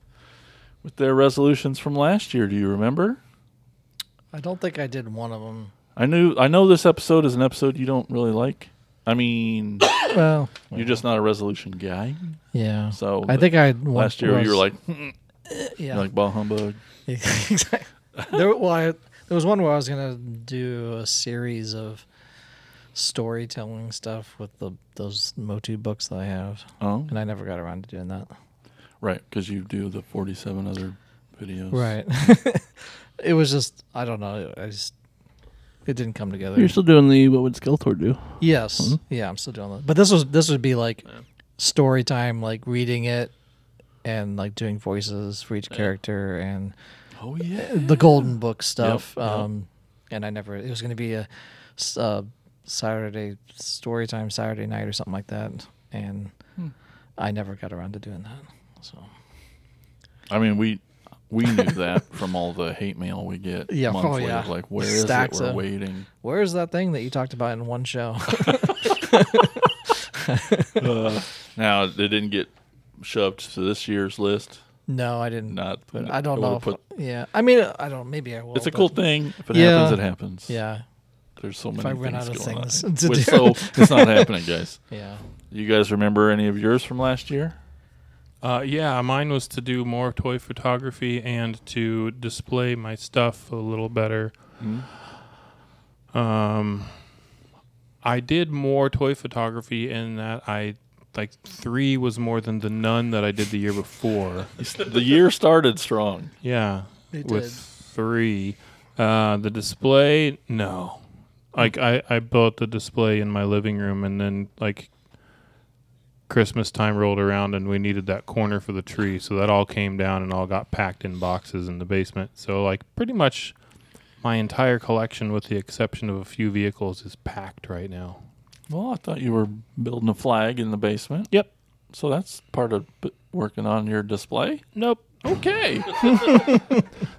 B: with their resolutions from last year. Do you remember?
C: I don't think I did one of them.
B: I knew. I know this episode is an episode you don't really like. I mean,
C: Well,
B: you're just not a resolution guy.
C: yeah.
B: So
C: I think I had one-
B: last year you were
C: was-
B: like,
C: yeah.
B: like ball humbug.
C: exactly. There, well, I, there was one where I was gonna do a series of storytelling stuff with the those Motu books that I have,
B: Oh,
C: and I never got around to doing that.
B: right, because you do the 47 other videos.
C: Right. it was just I don't know. I just it didn't come together.
D: You're still doing the what would Skeletor do?
C: Yes.
B: Hmm?
C: Yeah, I'm still doing that. But this was this would be like story time, like reading it and like doing voices for each character and
B: Oh yeah.
C: the golden book stuff.
B: Yep, yep.
C: Um, and I never it was going to be a, s- uh Saturday story time Saturday night or something like that, and
B: Hmm.
C: I never got around to doing that. So
B: I mean, we we knew that from all the hate mail we get
C: Yeah, oh,
B: monthly.
C: yeah.
B: of Like, where is
C: Stacks
B: it? We're
C: of-
B: waiting.
C: where is that thing that you talked about in one show?
B: Now they didn't get shoved to this year's list.
C: no, I didn't.
B: Not.
C: I don't
B: it
C: know.
B: would've
C: If,
B: put-
C: yeah, I mean, I don't. Maybe I will.
B: it's a
C: but-
B: cool thing. If it
C: Yeah.
B: happens, it happens.
C: Yeah,
B: There's so many.
C: I run
B: things
C: out of
B: going on.
C: things to
B: Well,
C: do.
B: So it's not happening, guys.
C: yeah.
B: You guys remember any of yours from last year?
E: Uh, yeah, mine was to do more toy photography and to display my stuff a little better. Um, I did more toy photography in that I like three was more than the none that I did the year before.
B: the year started strong.
E: Yeah,
C: They
E: with
C: did.
E: three. Uh, the display, no. Like I, I built the display in my living room, and then like Christmas time rolled around, and we needed that corner for the tree, so that all came down and all got packed in boxes in the basement. So like pretty much my entire collection, with the exception of a few vehicles, is packed right now.
B: Well, I thought you were building a flag in the basement.
E: Yep.
B: So that's part of b- working on your display.
E: Nope.
B: Okay.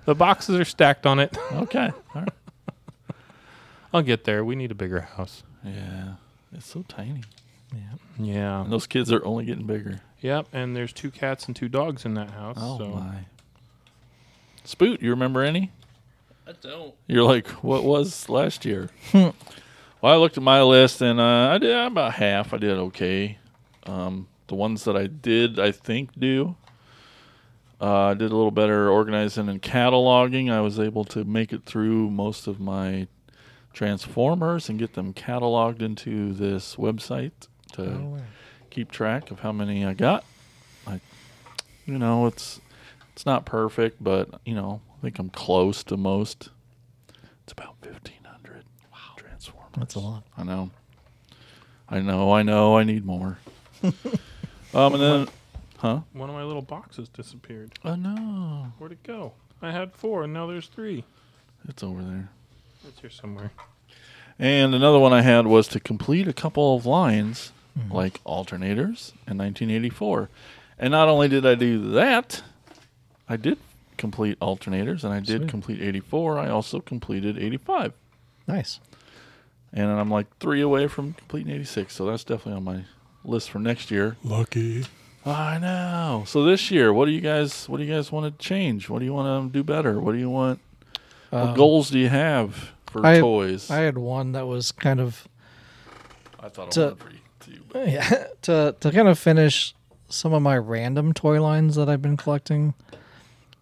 E: The boxes are stacked on it.
B: okay. All right.
E: I'll get there. We need a bigger house.
B: Yeah. It's so tiny.
E: Yeah.
B: And those kids are only getting bigger.
E: Yep. And there's two cats and two dogs in that house.
B: Oh
E: so.
B: my. Spoot, you remember any?
F: I don't.
B: You're like, what was last year? well, I looked at my list and uh, I did about half. I did okay. Um, the ones that I did, I think, do. Uh, I did a little better organizing and cataloging. I was able to make it through most of my transformers and get them cataloged into this website to keep track of how many I got. I, you know, it's it's not perfect, but you know, I think I'm close to most. It's about fifteen hundred. Wow, transformers.
C: That's a lot.
B: I know. I know. I know. I need more. um, and then, huh?
E: One of my little boxes disappeared.
B: Oh no,
E: Where'd it go? I had four, and now there's three.
B: it's over there.
E: It's here somewhere.
B: And another one I had was to complete a couple of lines
C: Mm-hmm.
B: like alternators in 1984. And not only did I do that, I did complete alternators and I did complete 84. I also completed 85.
C: Nice.
B: And I'm like three away from completing 86. So that's definitely on my list for next year.
E: Lucky.
B: I know. So this year, what do you guys what do you guys want to change? What do you want to do better? What do you want? what goals do you have for
C: Um, I-
B: toys?
C: I had one that was kind of
B: I thought
C: to-
B: for you. you.
C: yeah, to to kind of finish some of my random toy lines that I've been collecting.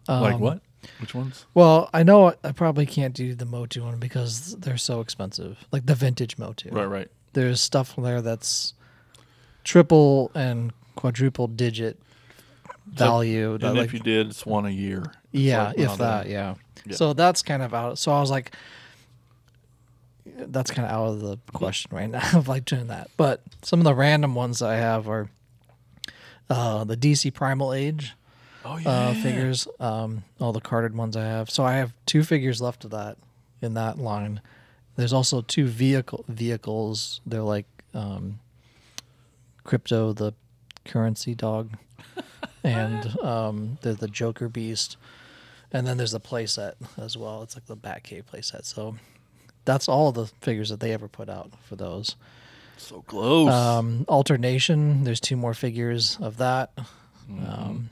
C: Um,
B: like what? Which ones?
C: Well, I know I probably can't do the Motu one because they're so expensive. Like the vintage Motu.
B: Right, right.
C: There's stuff from there that's triple and quadruple digit value. that,
B: and
C: like,
B: if you did, it's one a year. It's
C: yeah,
B: like
C: if
B: not
C: that,
B: a-
C: yeah.
B: Yeah.
C: So that's kind of out. So I was like, that's kind of out of the question right now of like doing that. But some of the random ones I have are uh, the DC Primal Age
B: Oh yeah.
C: uh, figures, um, all the carded ones I have. So I have two figures left of that in that line. There's also two vehicle vehicles. They're like um, crypto, the currency dog, and um, there's the Joker Beast, and then there's the playset as well. It's like the Batcave playset. So that's all the figures that they ever put out for those.
B: so close.
C: Um, alternation. There's two more figures of that. Um,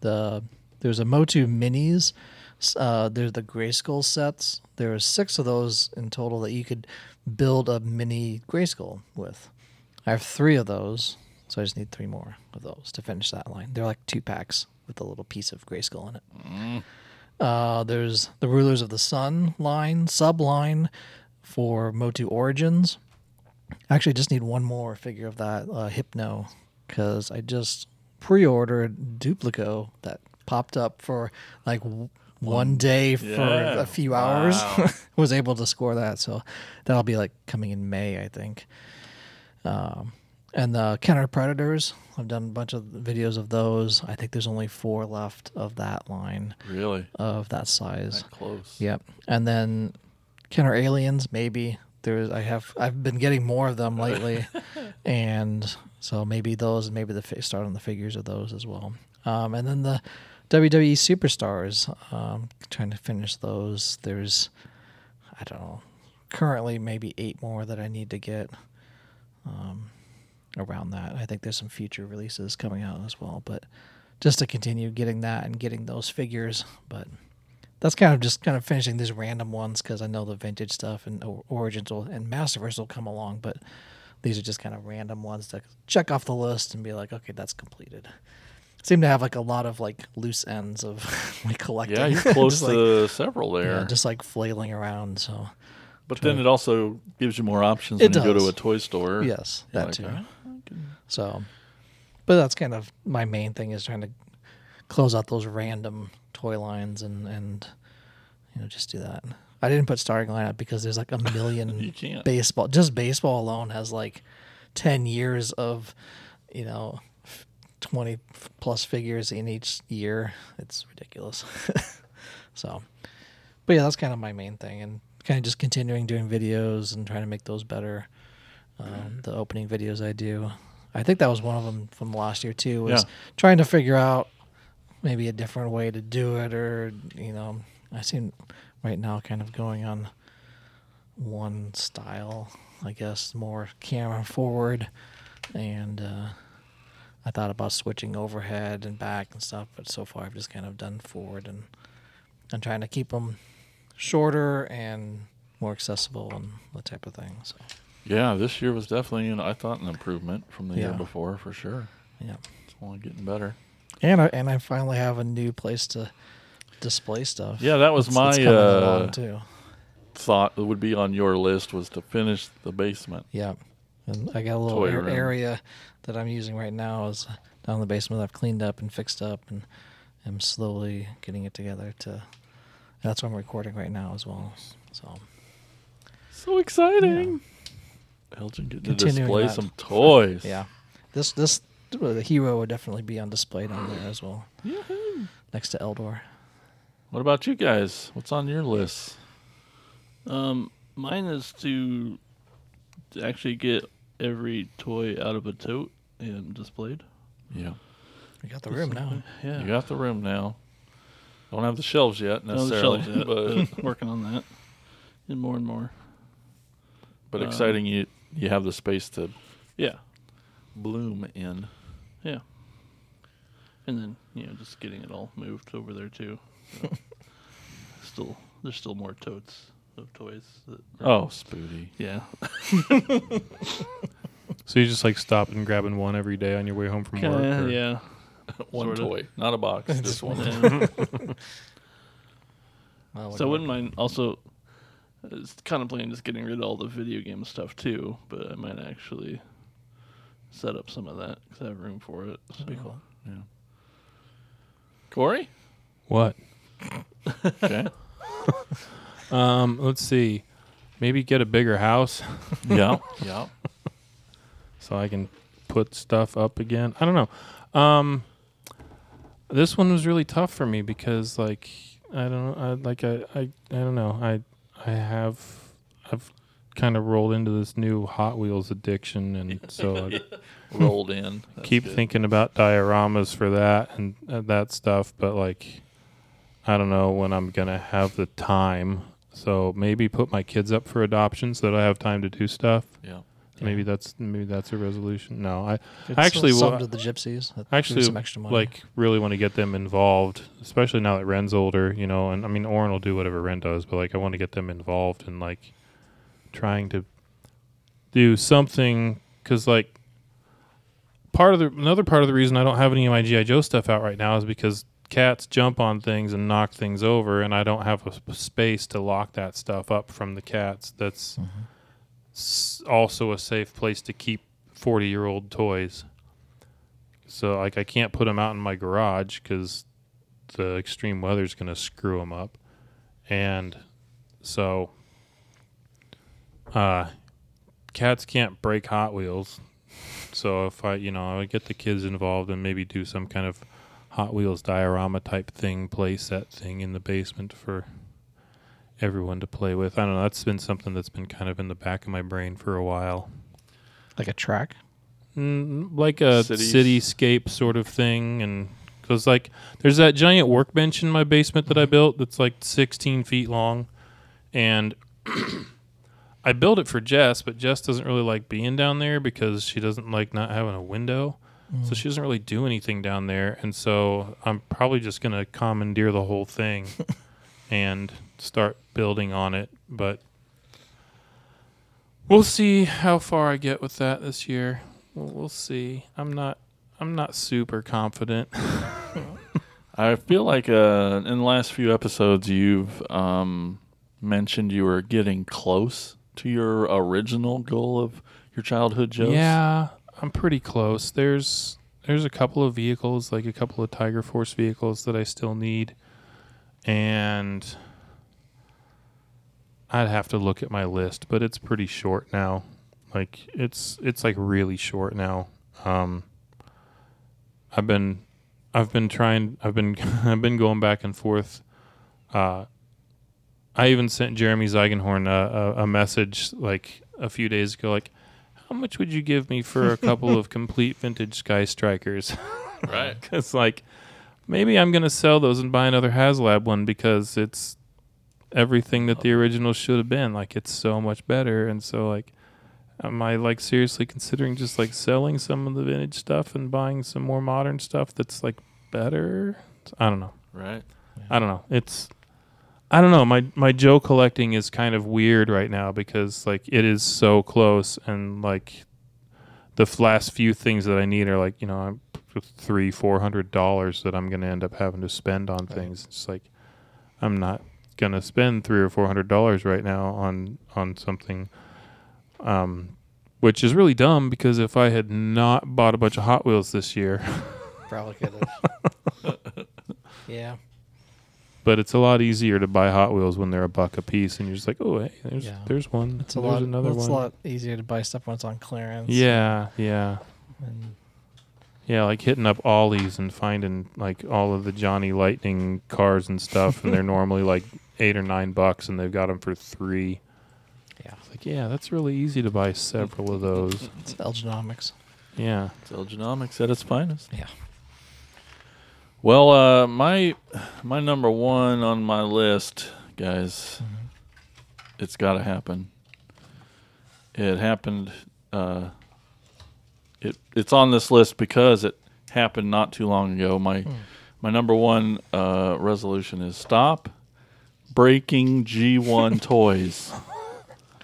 C: the there's a Motu minis. s- Uh, there's the Grayskull sets. There are six of those in total that you could build a mini Grayskull with. I have three of those, so I just need three more of those to finish that line. They're like two packs with a little piece of Grayskull in it. Uh, there's the Rulers of the Sun line, subline for Motu Origins. Actually, I just need one more figure of that uh, Hypno because I just pre-ordered Duplico that popped up for like w- one day for
B: Yeah.
C: a few hours. Was able to score that, so that'll be like coming in May, I think. Um, and the Counter Predators, I've done a bunch of videos of those. I think there's only four left of that line
B: really
C: of that size.
B: close.
C: Yep. And then counter aliens, maybe there's I have I've been getting more of them lately, and so maybe those and maybe the fi- start on the figures of those as well. Um, and then the WWE superstars, um, trying to finish those. There's I don't know currently maybe eight more that I need to get. Um, around that, I think there's some future releases coming out as well, but just to continue getting that and getting those figures, but that's kind of just kind of finishing these random ones because I know the vintage stuff and o- origins will, and masterverse will come along, but these are just kind of random ones to check off the list and be like, okay, that's completed. Seem to have like a lot of like loose ends of my collecting.
B: Yeah, you're close
C: Just, like,
B: to several
C: yeah,
B: there.
C: just like flailing around. So
B: but then it also gives you more options
C: It
B: when you go
C: does.
B: to a toy store.
C: yes,
B: You're
C: that
B: like,
C: too.
B: "Ah,
C: So, but that's kind of my main thing is trying to close out those random toy lines and and you know just do that. I didn't put starting lineup because there's like a million
B: You can't.
C: baseball. Just baseball alone has like ten years of you know f- twenty f- plus figures in each year. It's ridiculous. so, but yeah, that's kind of my main thing and kind of just continuing doing videos and trying to make those better um, the opening videos I do. I think that was one of them from last year too. Was
B: Yeah.
C: trying to figure out maybe a different way to do it, or you know, I seem right now kind of going on one style, I guess, more camera forward, and uh, I thought about switching overhead and back and stuff, but so far I've just kind of done forward and and trying to keep them shorter and more accessible and that type of thing. So
B: Yeah, this year was definitely, you know, I thought an improvement from the year
C: Yeah.
B: before for sure.
C: yeah.
B: It's only getting better.
C: And I and I finally have a new place to display stuff.
B: Yeah, that was
C: It's-
B: my
C: it's coming along
B: uh,
C: too.
B: thought that would be on your list was to finish the basement.
C: Yeah, and I got a little
B: Toy
C: ar-
B: room.
C: area that I'm using right now is uh, down in the basement. that I've cleaned up and fixed up, and I'm slowly getting it together. To and that's what I'm recording right now as well. So
B: So exciting. Elgin getting to
C: Continuing
B: display
C: that.
B: some toys.
C: yeah, this this the hero would definitely be on display down there as well. Next to Eldor.
B: What about you guys? What's on your list?
D: Mine is to actually get every toy out of a tote and displayed.
B: Yeah.
C: We got the room now.
D: Yeah.
B: You got the room now. Don't have the shelves yet
D: Not on the
B: necessarily,
D: shelves yet,
B: but
D: but working on that, and more and more.
B: but exciting you you have the space to
D: Yeah,
B: bloom in.
D: yeah. And then you know, just getting it all moved over there too. So, still, there's still more totes of toys. That
B: Oh, Spooty.
D: Yeah.
E: So you just like stop and grabbing one every day on your way home from work.
D: Uh,
E: or-
D: yeah.
B: One
D: Sorta.
B: toy, not a box. Just one.
D: Yeah.
C: Oh,
D: so I wouldn't mind also. I was contemplating just getting rid of all the video game stuff too, but I might actually set up some of that because I have room for it. So.
C: be cool.
B: Corey.
E: What?
B: Okay.
E: Um, let's see. Maybe get a bigger house
B: yeah. Yeah.
E: so I can put stuff up again. I don't know. Um, this one was really tough for me because like I don't know. I like I I, I don't know. I I have I've kind of rolled into this new Hot Wheels addiction, and so I
B: Rolled in. That's
E: keep
B: good.
E: thinking about dioramas for that and uh, that stuff, but like, I don't know when I'm gonna have the time. So maybe put my kids up for adoption so that I have time to do stuff.
B: Yeah.
E: Maybe that's maybe that's a resolution. No, I
C: Could
E: I actually
C: sell
E: wa-
C: some to the gypsies. That'd
E: I
C: give
E: actually
C: some extra money.
E: like really want to get them involved, especially now that Ren's older. You know, and I mean Oren will do whatever Ren does, but like I want to get them involved in like trying to do something because like part of the another part of the reason I don't have any of my GI Joe stuff out right now is because cats jump on things and knock things over, and I don't have a sp- space to lock that stuff up from the cats. That's
C: Mm-hmm.
E: s- also a safe place to keep forty year old toys. So like I can't put them out in my garage because the extreme weather's gonna screw them up, and so uh, cats can't break Hot Wheels. So if I, you know, I would get the kids involved and maybe do some kind of Hot Wheels diorama type thing, play set thing in the basement for everyone to play with. I don't know. That's been something that's been kind of in the back of my brain for a while.
C: like a track.
E: Mm, like a
B: Cities.
E: cityscape sort of thing and because like there's that giant workbench in my basement that i built that's like 16 feet long and i built it for jess but jess doesn't really like being down there because she doesn't like not having a window so she doesn't really do anything down there and so i'm probably just going to commandeer the whole thing and start building on it but We'll see how far I get with that this year. We'll, we'll see. I'm not. I'm not super confident.
B: I feel like uh, in the last few episodes, you've um, mentioned you were getting close to your original goal of your childhood jokes.
E: Yeah, I'm pretty close. There's there's a couple of vehicles, like a couple of Tiger Force vehicles that I still need, and I'd have to look at my list, but it's pretty short now. Like it's it's like really short now. Um, I've been I've been trying. I've been I've been going back and forth. Uh, I even sent Jeremy Zeigenhorn a, a, a message like a few days ago, like, how much would you give me for a couple of complete vintage Sky Strikers?
B: Right.
E: Because like, maybe I'm gonna sell those and buy another HasLab one because it's everything that the original should have been. Like, it's so much better, and so like. Am I like seriously considering just like selling some of the vintage stuff and buying some more modern stuff that's like better? I don't know.
B: Right.
E: I don't know. It's I don't know. My my Joe collecting is kind of weird right now because like it is so close and like the f- last few things that I need are like you know I'm three four hundred dollars that I'm gonna end up having to spend on things. It's like I'm not gonna spend three or four hundred dollars right now on on something. Um. Which is really dumb because if I had not bought a bunch of Hot Wheels this year,
C: Probably could have. yeah.
E: but it's a lot easier to buy Hot Wheels when they're a buck a piece, and you're just like, oh, hey, there's
C: Yeah.
E: there's one,
C: It's a
E: there's
C: lot.
E: another
C: it's
E: one.
C: a lot easier to buy stuff when it's on clearance.
E: Yeah, yeah,
C: And
E: yeah. Like hitting up Ollie's and finding like all of the Johnny Lightning cars and stuff, and they're normally like eight or nine bucks, and they've got them for three.
C: yeah,
E: It's like, yeah, that's really easy to buy several of those.
C: it's Elgenomics.
E: Yeah,
B: It's Elgenomics at its finest.
C: Yeah.
B: Well, uh, my my number one on my list, guys, it's got to happen. It happened. Uh, it it's on this list because it happened not too long ago. My my number one uh, resolution is stop breaking G1 toys.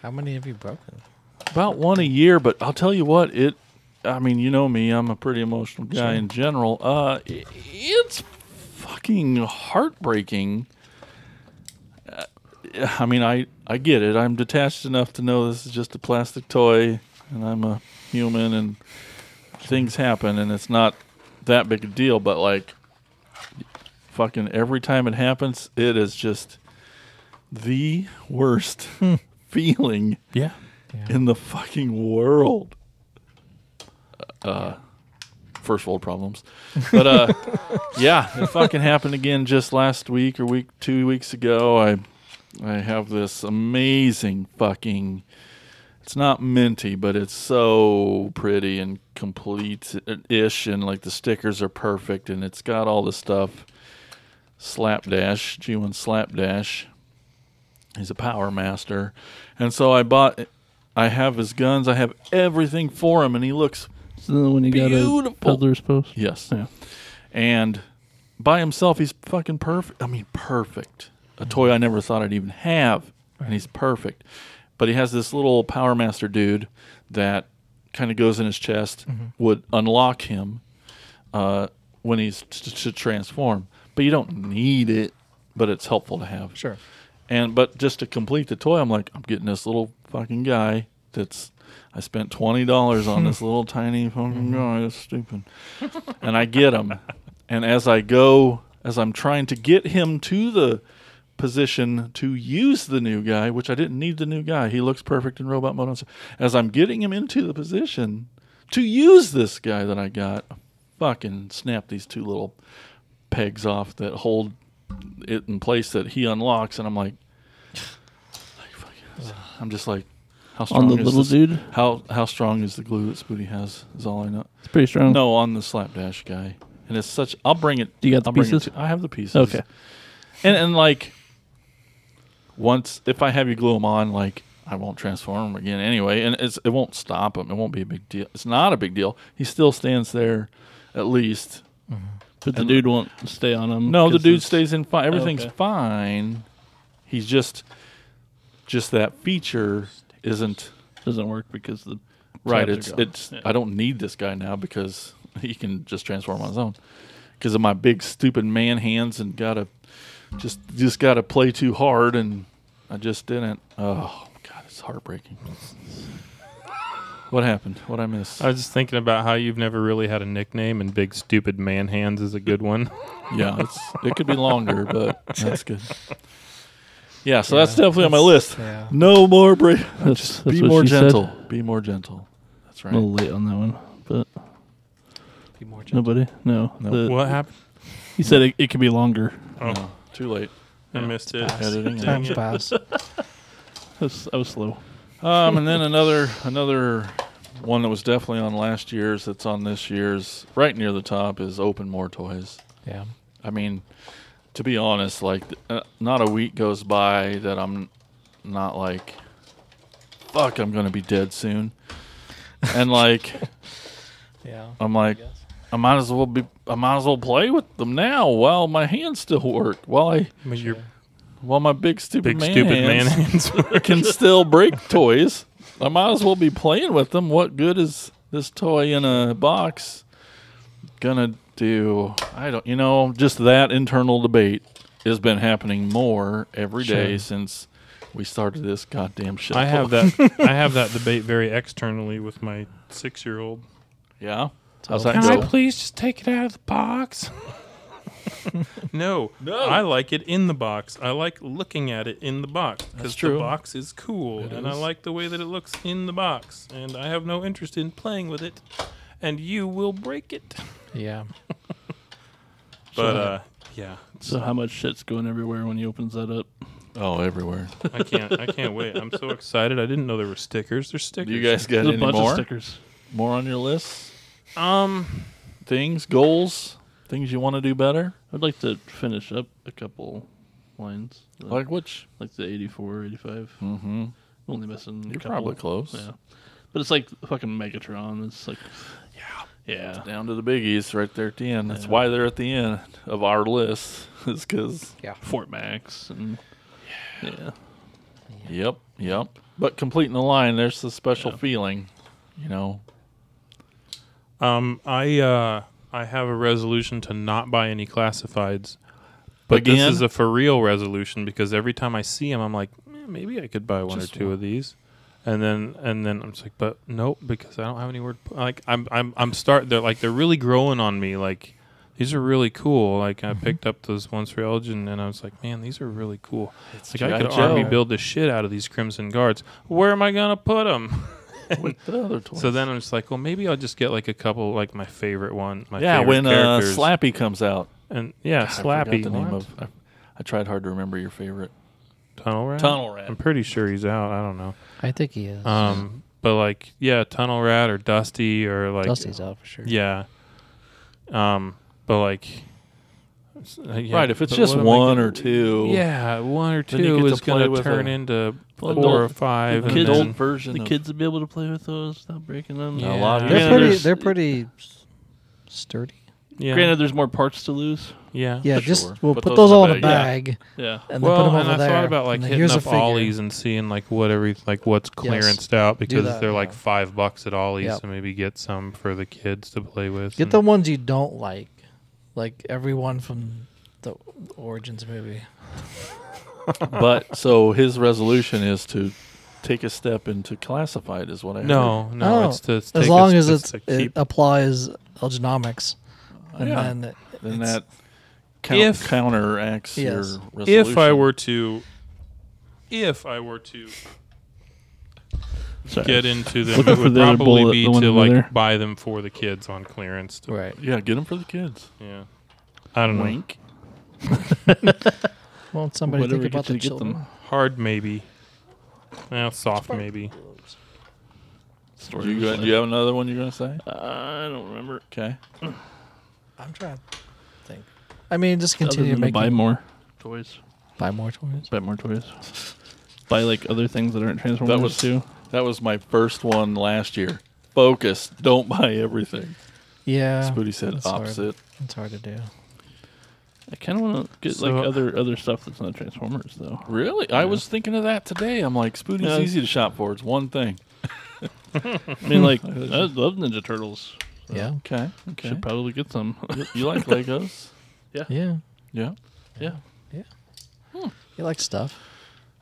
C: How many have you broken?
B: about one a year, but I'll tell you what, it. I mean, you know me, I'm a pretty emotional guy in general. Uh, i- it's fucking heartbreaking. Uh, I mean, I I get it. I'm detached enough to know this is just a plastic toy, and I'm a human, and things happen, and it's not that big a deal. But like, fucking every time it happens, it is just the worst feeling
E: Yeah.
B: in the fucking world. Uh, first world problems, but uh, yeah, it fucking happened again just last week or week two weeks ago. I I have this amazing fucking. It's not minty, but it's so pretty and complete ish, and like the stickers are perfect, and it's got all the stuff. Slapdash G1 Slapdash. He's a power master, and so I bought I have his guns. I have everything for him, and he looks
D: So when you
B: got a Beautiful. peddler's
D: post.
B: yes. And by himself, he's fucking perfect. I mean, perfect. A toy I never thought I'd even have, and he's perfect. But he has this little Power Master dude that kind of goes in his chest, would unlock him uh, when he's t- to transform. But you don't need it, but it's helpful to have.
C: Sure.
B: And but just to complete the toy, I'm like, I'm getting this little fucking guy that's I spent twenty dollars on this little tiny fucking guy. That's stupid. and I get him. And as I go, as I'm trying to get him to the position to use the new guy, which I didn't need the new guy. He looks perfect in robot mode. As I'm getting him into the position to use this guy that I got, fucking snap these two little pegs off that hold it in place that he unlocks, and I'm like, like, fuck yes. I'm just like, how strong
D: On the
B: is
D: little
B: this-
D: dude,
B: How how strong is the glue that Spooty has? Is all I know.
D: it's pretty strong.
B: No, on the slapdash guy, and it's such. I'll bring it.
D: Do you got the
B: I'll bring it
D: pieces?
B: to- I have the pieces.
D: Okay.
B: and and like once if I have you glue them on, like I won't transform him again anyway, and it's it won't stop him. It won't be a big deal. It's not a big deal. He still stands there, at least
D: but the dude won't stay on him.
B: no, the
D: 'cause
B: dude
D: it's-
B: stays in fine. Everything's
D: Okay.
B: fine. He's just, just that feature isn't
D: doesn't work because the
B: right.
D: tabs
B: It's
D: are gone.
B: it's.
D: Yeah.
B: I don't need this guy now because he can just transform on his own. Because of my big stupid man hands and gotta just just gotta play too hard and I just didn't. Oh god, it's heartbreaking. what happened? What I missed?
E: I was just thinking about how you've never really had a nickname, and Big Stupid Man Hands is a good one.
B: yeah, it's, it could be longer, but that's good. Yeah, so that's definitely on my list.
C: Yeah.
B: No more break.
D: That's, that's
B: Be
D: what
B: more
D: she said.
B: gentle. Be more gentle. That's
D: A little
B: right.
D: late on that one, but
C: Be more gentle.
D: nobody. No,
B: No.
D: The-
E: What happened?
D: He said it, it could be longer.
E: Oh,
B: No, too late.
E: I missed it.
B: Editing.
C: Time
B: it.
C: pass.
D: That's, I was slow.
B: Um, and then another another one that was definitely on last year's. That's on this year's. Right near the top is open more toys.
C: Yeah.
B: I mean, to be honest, like uh, not a week goes by that I'm not like, fuck, I'm gonna be dead soon, and like
C: Yeah.
B: I'm like, I might as well be, I might as well play with them now while my hands still work, while I,
E: But your
B: while my big stupid
E: Big
B: man
E: Stupid Man
B: hands
E: Hands.
B: can still break toys. I might as well be playing with them. What good is this toy in a box gonna do? I don't, you know, just that internal debate has been happening more every day
E: Sure.
B: since we started this goddamn show.
E: I have that. I have that debate very externally with my six-year-old.
B: Yeah. How's that
E: Can
B: go?
E: I please just take it out of the box? no, no. I like it in the box. I like looking at it in the box because the
B: true.
E: box is cool, and I
B: is.
E: like the way that it looks in the box. And I have no interest in playing with it, and you will break it.
C: Yeah.
E: But uh, yeah,
D: So how much shit's going everywhere when he opens that up?
B: oh, everywhere.
E: I can't. I can't wait. I'm so excited. I didn't know there were stickers. There's
B: Do
E: stickers.
B: you guys got
D: There's
B: any
D: a bunch of
B: more?
D: stickers.
B: More on your list?
E: Um,
B: Things, goals, things you want to do better?
D: I'd like to finish up a couple lines, like,
B: Like which?
D: like the 84, 85.
B: Mm-hmm.
D: Only missing. a
B: You're
D: couple.
B: probably close.
D: Yeah, but it's like fucking Megatron. It's like, yeah, yeah.
B: Down to the biggies right there at the end. That's why they're at the end of our list, is because
D: Fort Max and yeah,
B: Yep, yep. But completing the line, there's the special feeling, you know.
E: Um, I uh, I have a resolution to not buy any classifieds, but
B: Again?
E: this is a for real resolution because every time I see them, I'm like, "Eh, maybe I could buy one
B: Just
E: or two of these, and then and then I'm just like, but nope, because I don't have any word. Like I'm I'm I'm start. They're like they're really growing on me. Like these are really cool. Like I
B: Mm-hmm.
E: picked up those ones for Elgin, and I was like, man, these are really cool. like I
B: G.I.
E: could army
B: Joe.
E: build the shit out of these Crimson Guards. Where am I gonna put them?
B: With the other toys.
E: So then I'm just like, well, maybe I'll just get like a couple, like my favorite one, my
B: yeah,
E: favorite
B: when uh,
E: characters,
B: Slappy comes out,
E: and yeah,
B: I forgot
E: Slappy,
B: the name
E: What?
B: of. uh, I, I tried hard to remember your favorite.
E: Tunnel Rat.
B: Tunnel Rat.
E: I'm pretty sure he's out. I don't know.
G: I think he is.
E: Um, but like, yeah, Tunnel Rat or Dusty or like
G: Dusty's out for sure.
E: Yeah. Um, but like, it's- uh, yeah,
B: right, if it's
E: but
B: just
E: what am I
B: one
E: gonna-
B: or two,
E: yeah, one or
B: Then you
E: two
B: get to
E: is
B: play
E: gonna
B: with
E: turn
B: a-
E: into four
D: adult-
E: or five.
D: the
E: and
D: kids-
E: then-
B: adult version.
D: The
B: of-
D: kids will be able to play with those without breaking them.
E: A lot of
D: Yeah,
C: They're
E: Yeah,
C: pretty.
D: there's-
C: They're pretty s- sturdy.
E: yeah,
D: Granted, there's more parts to lose.
E: yeah,
C: Yeah,
B: For
C: just
B: sure.
C: we'll
B: Put
C: put,
B: those
C: those,
B: in
C: all
B: the
C: in a
B: bag.
C: bag,
D: Yeah.
C: and then
E: well,
C: put them
E: and
C: over
E: I
C: there.
E: thought about like
C: and then
E: hitting
C: here's a
E: up
C: figure.
E: Ollie's and seeing like what every like what's clearanced out because
C: that,
E: they're
C: yeah.
E: like five bucks at Ollie's
C: Yep.
E: and maybe get some for the kids to play with.
C: Get
E: and-
C: the ones you don't like, like everyone from the Origins movie.
B: but so his resolution is to take a step into classified, is what I heard.
E: no, no,
C: Oh,
E: it's to it's
C: as
E: take
C: long
E: a-
C: as
E: it's
C: it's,
E: to
C: it
E: keep-
C: applies Elgenomics, and
B: Yeah.
C: then
B: then
C: it's-
B: that count,
E: If-
B: counteracts
C: Yes.
B: your resolution.
E: if I were to, if I were to
D: Sorry.
E: get into them,
D: Looking
E: it
D: for
E: would
D: the other
E: probably
D: bullet,
E: be
D: the one
E: to
D: over
E: like
D: there.
E: buy them for the kids on clearance. To,
G: Right.
B: yeah, get them for the kids.
E: Yeah,
B: Mm-hmm.
E: I don't know.
B: Wink.
C: won't somebody
D: Whatever
C: think about
D: gets you to
C: the
D: get
C: children?
D: them.
E: Hard maybe, now soft maybe.
D: Story
B: You
D: of
B: go,
D: his
B: do you
D: life.
B: have another one you're gonna say?
D: I don't remember.
B: Okay.
C: I'm trying. to think. I mean, just
D: Other
C: continue
D: than to
C: making
D: buy more toys.
G: Buy more toys.
D: Buy more toys. buy like other things that aren't Transformers
B: That was-
D: too.
B: That was my first one last year. Focus. Don't buy everything.
D: Oh,
C: Yeah,
B: Spooty said
C: that's hard.
B: opposite.
C: It's hard to do.
D: I kind of want to get
E: So-
D: like other other stuff that's not Transformers though.
B: Really? I was thinking of that today. I'm like, Spooty's
D: Yeah.
B: easy to shop for. It's one thing.
D: I mean, like I love Ninja Turtles.
C: Yeah,
B: Okay. Okay.
D: Should probably get some.
B: you like Legos?
C: yeah.
B: Yeah.
D: yeah.
C: You like stuff.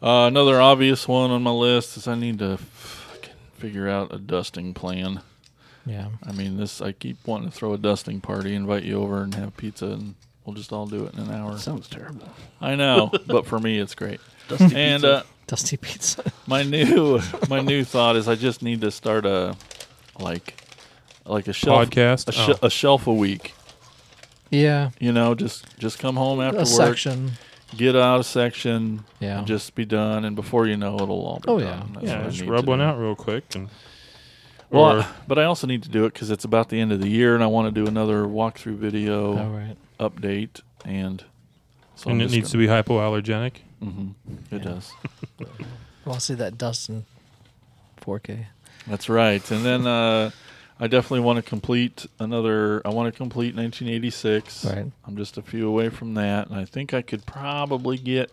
B: Uh, another obvious one on my list is I need to fucking figure out a dusting plan.
C: Yeah,
B: I mean, this I keep wanting to throw a dusting party, invite you over and have pizza, and we'll just all do it in an hour.
D: Sounds terrible.
B: I know, but for me, it's great.
D: Dusty
B: and
D: pizza.
B: uh,
C: dusty pizza.
B: my new my new thought is I just need to start a like like a shelf
E: Podcast? Oh.
B: a, sh- a shelf a week.
C: yeah,
B: You know, just just come home after
C: a
B: work,
C: section.
B: get out a section,
C: Yeah.
B: and just be done. And before you know, it, it'll all be
C: Oh, yeah.
B: done. That's what
E: Yeah,
B: I
E: just
B: need
E: rub
B: to
E: one
B: do.
E: out real quick and.
B: Well,
E: or-
B: I- but I also need to do it because it's about the end of the year, and I want to do another walkthrough video
C: All Oh, right.
B: update, and so
E: and it needs to be hypoallergenic.
B: be. hmm It does.
C: I want to see that dust in 4K.
B: That's right. And then uh, I definitely want to complete another. I want to complete 1986.
C: Right.
B: I'm just a few away from that, and I think I could probably get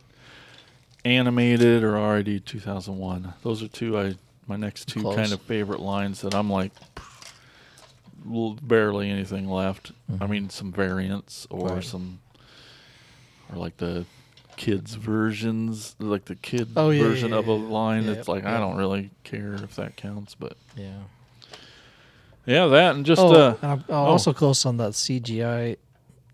B: animated or already 2001. Those are two I my next two
C: Close.
B: kind of favorite lines that I'm like l- barely anything left. I mean, some variants or
C: Mm-hmm. Right.
B: some or like the kids versions, like the kid
C: Oh, yeah, yeah,
B: version
C: yeah,
B: of a
C: yeah.
B: line.
C: Yeah,
B: it's like I
C: yeah.
B: don't really care if that counts, but
C: Yeah.
B: yeah, that and just
C: oh,
B: uh,
C: and I'm, I'm also close on that CGI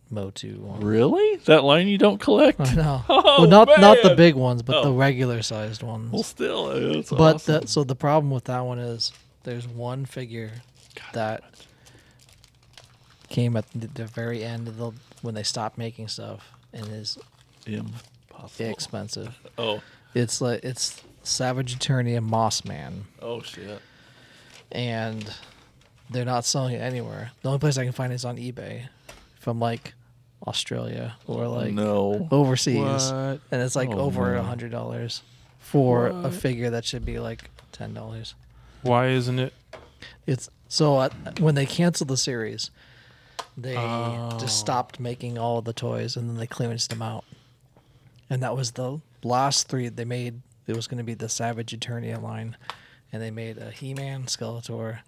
C: Motu one.
B: really that line you don't collect.
C: I know.
B: Oh,
C: well, not not the
B: man.
C: big ones, but the
B: Oh.
C: regular sized ones.
B: Well, still, uh, that's
C: but
B: awesome.
C: the, so the problem with that one is there's one figure that came at the, the very end of the when they stopped making stuff and is
B: impossible.
C: expensive.
B: Oh,
C: It's like it's Savage Attorney and Moss Man,
B: oh shit.
C: and they're not selling it anywhere. The only place I can find it is on eBay from like Australia or like
B: no.
C: oh. overseas,
E: What?
C: and it's like
B: Oh,
C: over
B: no.
C: a hundred dollars for a figure that should be like ten dollars.
E: Why isn't it?
C: It's so uh, when they canceled the series, they
E: Oh.
C: just stopped making all of the toys and then they clearanced them out, and that was the last three they made It was going to be the Savage Eternia line, and they made a He-Man, Skeletor,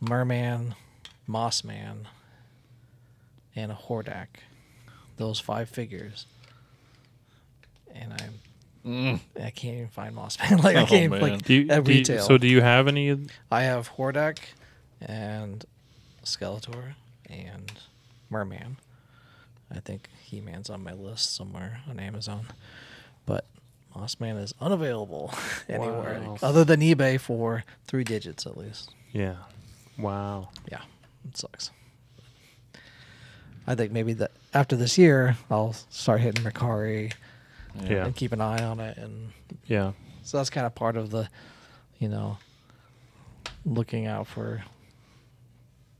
C: Merman, Moss Man, and a Hordak. Those five figures. And I, I can't even find Moss Man. like I
B: Oh,
C: can't
B: man.
C: like
E: Mm. Do you,
C: at
E: do you-
C: retail.
E: so do you have any? of-
C: I have Hordak and Skeletor and Merman. I think He Man's on my list somewhere on Amazon. But Moss Man is unavailable anywhere
E: Wow.
C: other than eBay for three digits at least.
E: Yeah. Wow.
C: Yeah, it sucks. I think maybe that after this year, I'll start hitting Mercari
E: Yeah.
C: and keep an eye on it and
E: Yeah.
C: so that's kind of part of the, you know, looking out for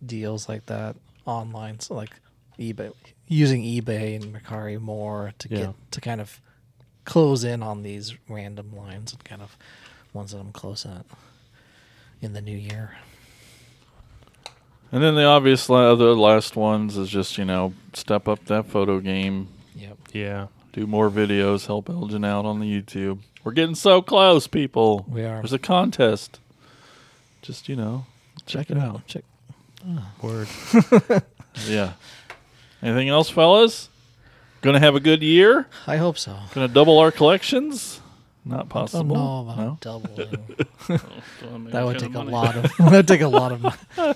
C: deals like that online, so like eBay, using eBay and Mercari more to
E: Yeah.
C: get to kind of close in on these random lines and kind of ones that I'm close at in the new year.
B: And then the obvious la- other last ones is just you know step up that photo game,
C: Yep.
E: Yeah.
B: do more videos, help Elgin out on the YouTube. We're getting so close, people.
C: We are.
B: There's a contest. Just you know,
C: Check it out. Check.
E: Word.
B: yeah. Anything else, fellas? Gonna have a good year.
C: I hope so.
B: Gonna double our collections. Not
C: Don't
B: possible.
C: know about
B: Oh, no.
C: doubling.
F: Don't wanna make
C: that would
F: kind
C: take a
F: of money.
C: lot of. That would take a lot of. Money.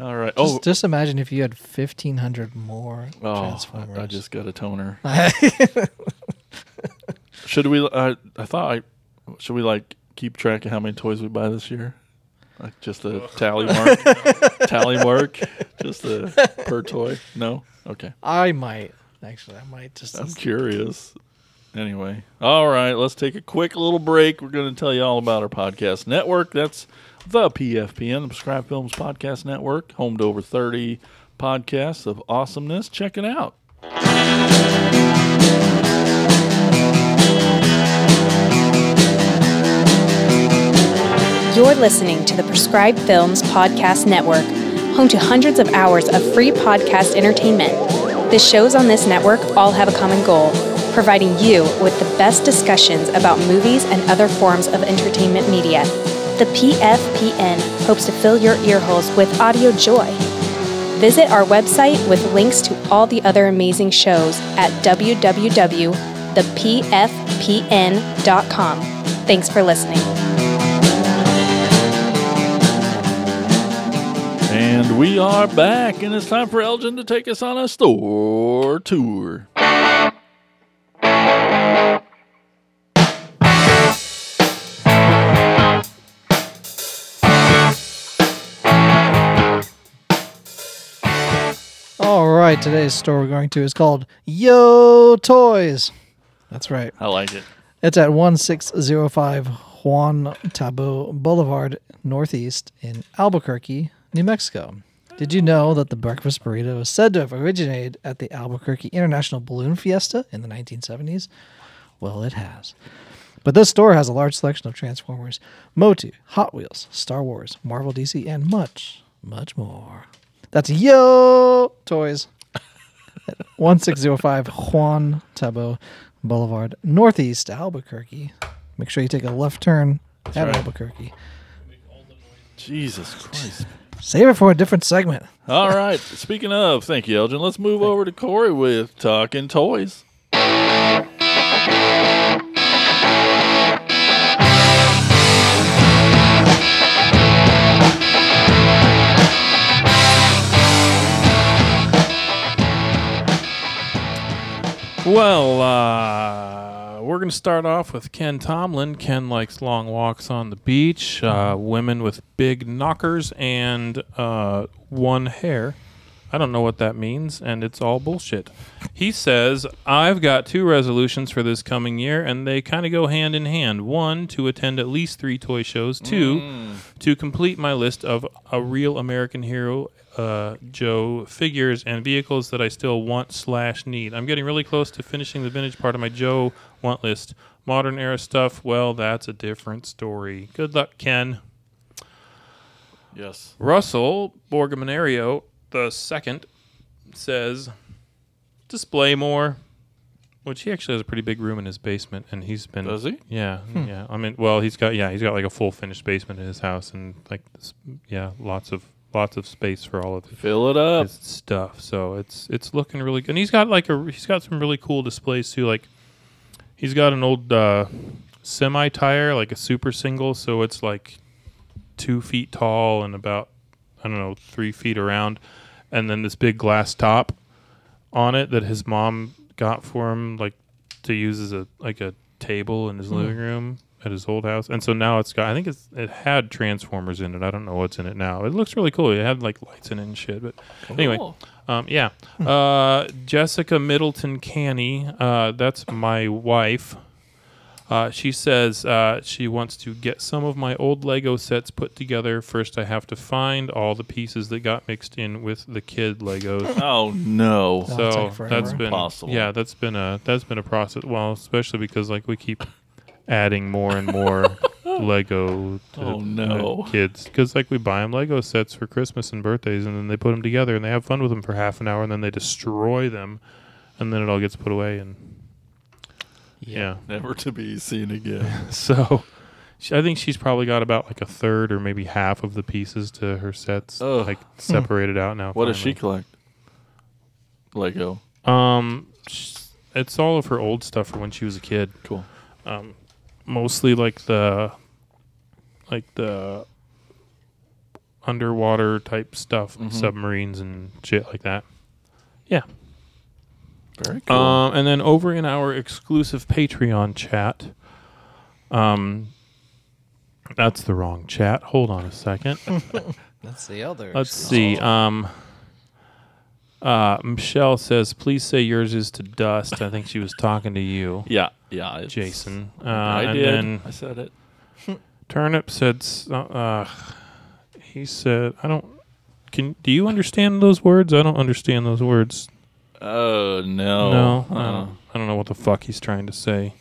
B: All right.
C: Just,
B: Oh,
C: just imagine if you had fifteen hundred more
B: oh
C: Transformers.
B: I, I just got a toner. should we? Uh, I thought I should we like keep track of how many toys we buy this year? Like just a tally mark, tally mark, just a per toy. No, okay.
C: I might actually. I might just.
B: I'm curious. Anyway, all right, let's take a quick little break. We're going to tell you all about our podcast network. That's the PFPN, the Prescribed Films Podcast Network, home to over 30 podcasts of awesomeness. Check it out.
H: You're listening to the Prescribed Films Podcast Network, home to hundreds of hours of free podcast entertainment. The shows on this network all have a common goal providing you with the best discussions about movies and other forms of entertainment media. The PFPN hopes to fill your earholes with audio joy. Visit our website with links to all the other amazing shows at www.thepfpn.com. Thanks for listening.
B: And we are back, and it's time for Elgin to take us on a store tour.
C: All right, today's store we're going to is called Yo Toys. That's right.
B: I like it.
C: It's at 1605 Juan Tabo Boulevard, Northeast in Albuquerque, New Mexico. Did you know that the breakfast burrito is said to have originated at the Albuquerque International Balloon Fiesta in the 1970s? Well, it has. But this store has a large selection of Transformers, Motu, Hot Wheels, Star Wars, Marvel DC, and much, much more. That's Yo Toys. 1605 Juan Tabo Boulevard, Northeast Albuquerque. Make sure you take a left turn at Albuquerque.
B: Jesus Christ.
C: Save it for a different segment.
B: All right. Speaking of, thank you, Elgin. Let's move over to Corey with Talking Toys.
E: Well, uh, we're going to start off with Ken Tomlin. Ken likes long walks on the beach, uh, women with big knockers, and uh, one hair. I don't know what that means, and it's all bullshit. He says, I've got two resolutions for this coming year, and they kind of go hand in hand. One, to attend at least three toy shows. Two, to complete my list of a real American hero uh, Joe figures and vehicles that I still want slash need. I'm getting really close to finishing the vintage part of my Joe want list. Modern era stuff, well, that's a different story. Good luck, Ken.
B: Yes.
E: Russell Borgominario the second says, display more. Which he actually has a pretty big room in his basement, and he's been.
B: Does he? Hmm.
E: Yeah, yeah. I mean, well, he's got yeah, he's got like a full finished basement in his house, and like this, yeah, lots of lots of space for all of his
B: Fill it up.
E: stuff. So it's it's looking really good, and he's got like a he's got some really cool displays too. Like he's got an old uh, semi tire, like a super single, so it's like two feet tall and about I don't know three feet around, and then this big glass top on it that his mom got for him, like to use as a like a table in his living room at his old house. And so now it's got I think it's it had transformers in it. I don't know what's in it now. It looks really cool. It had like lights in it and shit. But anyway, um, yeah. Uh, Jessica Middleton Canny, uh, that's my wife. Uh, she says uh, she wants to get some of my old Lego sets put together. First, I have to find all the pieces that got mixed in with the kid Legos
B: Oh no.
C: Oh, it's
E: so
C: like forever.
E: that's been
B: Impossible.
E: yeah that's been a that's been a process well especially because like we keep adding more and more lego to
B: Oh,
E: the
B: no.
E: kids because like we buy them lego sets for christmas and birthdays and then they put them together and they have fun with them for half an hour and then they destroy them and then it all gets put away and yeah,
B: Never to be seen again.
E: so she, i think she's probably got about like a third or maybe half of the pieces to her sets
B: Ugh. Hmm.
E: like separated out now
B: What does she
E: finally.
B: collect? Lego.
E: Um, sh- it's all of her old stuff from when she was a kid.
B: Cool.
E: Um, mostly like the, like the underwater type stuff, submarines and shit like that. Yeah.
B: Very cool.
E: Um, and then over in our exclusive Patreon chat, um, that's the wrong chat. Hold on a second.
G: That's the other.
E: Let's see. Um, uh, Michelle says, "Please say yours is to dust." I think she was talking to you,
B: yeah. Yeah. it's-
E: Jason. Uh,
B: I
E: and
B: did.
E: then
B: I said it.
E: Turnip said, s- uh, uh, "He said, I don't. Can do you understand those words? I don't understand those words.
B: Oh no.
E: no, I
B: Uh,
E: don't. I don't know what the fuck he's trying to say.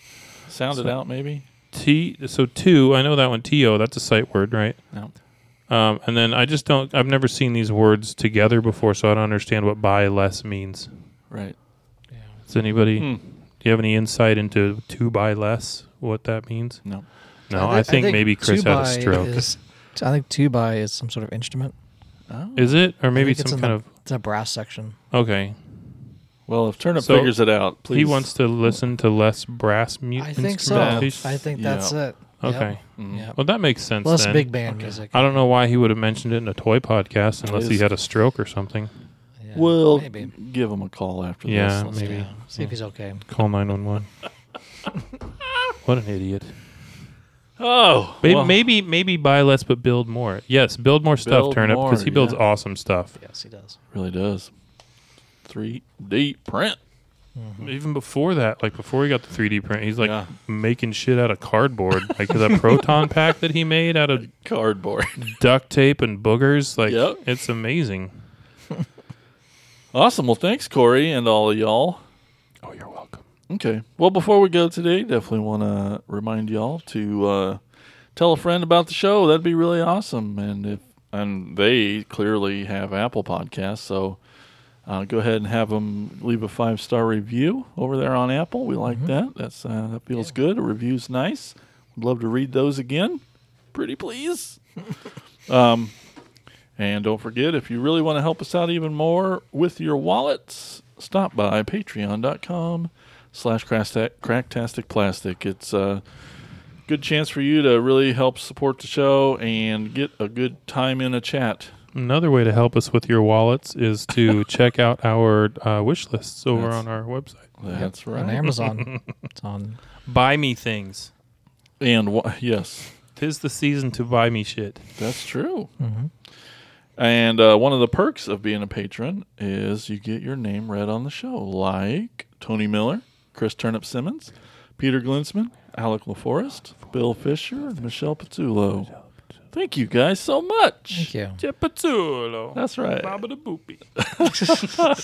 B: sound it out maybe.
E: T. So two. I know that one. To. That's a sight word, right?
B: No.
E: Um, and then I just don't. I've never seen these words together before, so I don't understand what buy less means.
B: Right.
E: Does anybody?
B: Hmm.
E: Do you have any insight into two by less? What that means?
B: No.
E: No, I, think, maybe Chris had a
C: tubai
E: stroke. Is,
C: Is, I think tuba is some sort of instrument.
B: Oh.
E: it, or
C: I
E: maybe
C: think it's
E: some
C: in
E: kind
C: the- It's a brass section.
E: of? Okay,
B: Well, if Turnip
E: So,
B: figures it out, please.
E: he wants to listen to less brass music.
C: I think so.
B: That's-
C: I think
B: yeah.
C: that's it. Yep.
E: Okay,
B: Mm.
C: Yep.
E: well that makes sense.
C: Plus
E: then.
C: big band music.
E: I don't know why he would have mentioned it in a toy podcast unless he
B: is-
E: had a stroke or something.
G: Yeah,
B: We'll
G: maybe.
B: give him a call after
E: Yeah,
B: this.
E: maybe
G: Yeah.
C: See if he's okay.
E: call nine one one. What an idiot!
B: Oh,
E: Maybe,
B: well,
E: maybe maybe buy less but build more. Yes, build more stuff,
B: Build
E: Turnip,
B: more,
E: because he builds
B: yeah.
E: awesome stuff.
G: Yes, he does.
B: really does. Three D print.
E: even before that, like before he got the 3D print, he's like
B: Yeah.
E: making shit out of cardboard, like that proton pack that he made out of
B: Cardboard.
E: duct tape and boogers. Like
B: Yep.
E: it's amazing.
B: awesome. Well, thanks, Corey, and all of y'all.
E: Oh, you're welcome.
B: Okay. Well, before we go today, definitely want to remind y'all to uh, tell a friend about the show. That'd be really awesome. And if and they clearly have Apple Podcasts, so uh, go ahead and have them leave a five star review over there on Apple. We like
E: Mm-hmm.
B: that. That's uh, that feels good. A review's nice. Would love to read those again. Pretty please. um, and don't forget, if you really want to help us out even more with your wallets, stop by patreon.com slash crasta- cracktastic plastic. It's a good chance for you to really help support the show and get a good time in a chat.
E: Another way to help us with your wallets is to check out our uh, wish lists over
B: That's-
E: on our website.
B: That's
C: On
B: right.
C: Amazon. it's on.
E: Buy me things.
B: And wha- yes,
E: Tis the season to buy me shit.
B: that's true.
C: Mm-hmm.
B: And uh, one of the perks of being a patron is you get your name read on the show, like Tony Miller, Chris Turnip Simmons, Peter Glinsman, Alec LaForest, Bill Fisher, and Michelle Petullo. Thank you guys so much.
C: Thank you.
E: Chipatulo.
B: That's right.
E: boopy.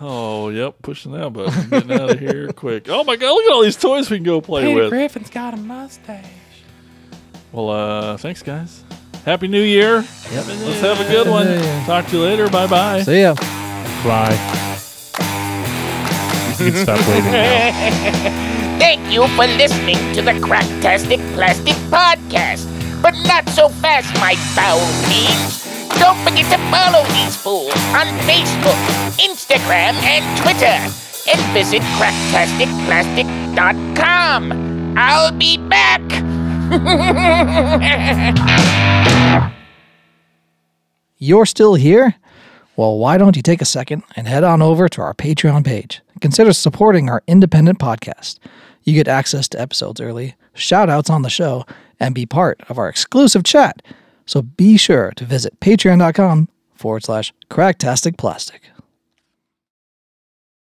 B: Oh, yep, pushing that button, getting out of here quick. Oh my God, look at all these toys we can go play with.
E: Griffin's got a mustache.
B: Well, uh, thanks guys. Happy New Year. Let's have a good one.
C: New Year.
B: Talk to you later. Bye bye.
C: See ya.
E: Bye. You can stop waving now.
A: Thank you for listening to the Cracktastic Plastic Podcast. But not so fast, my foul fiends. Don't forget to follow these fools on Facebook, Instagram, and Twitter. And visit cracktasticplastic.com. I'll be back.
C: You're still here? Well, why don't you take a second and head on over to our Patreon page? Consider supporting our independent podcast. You get access to episodes early, shout outs on the show, and be part of our exclusive chat. So be sure to visit patreon.com forward slash cracktastic plastic.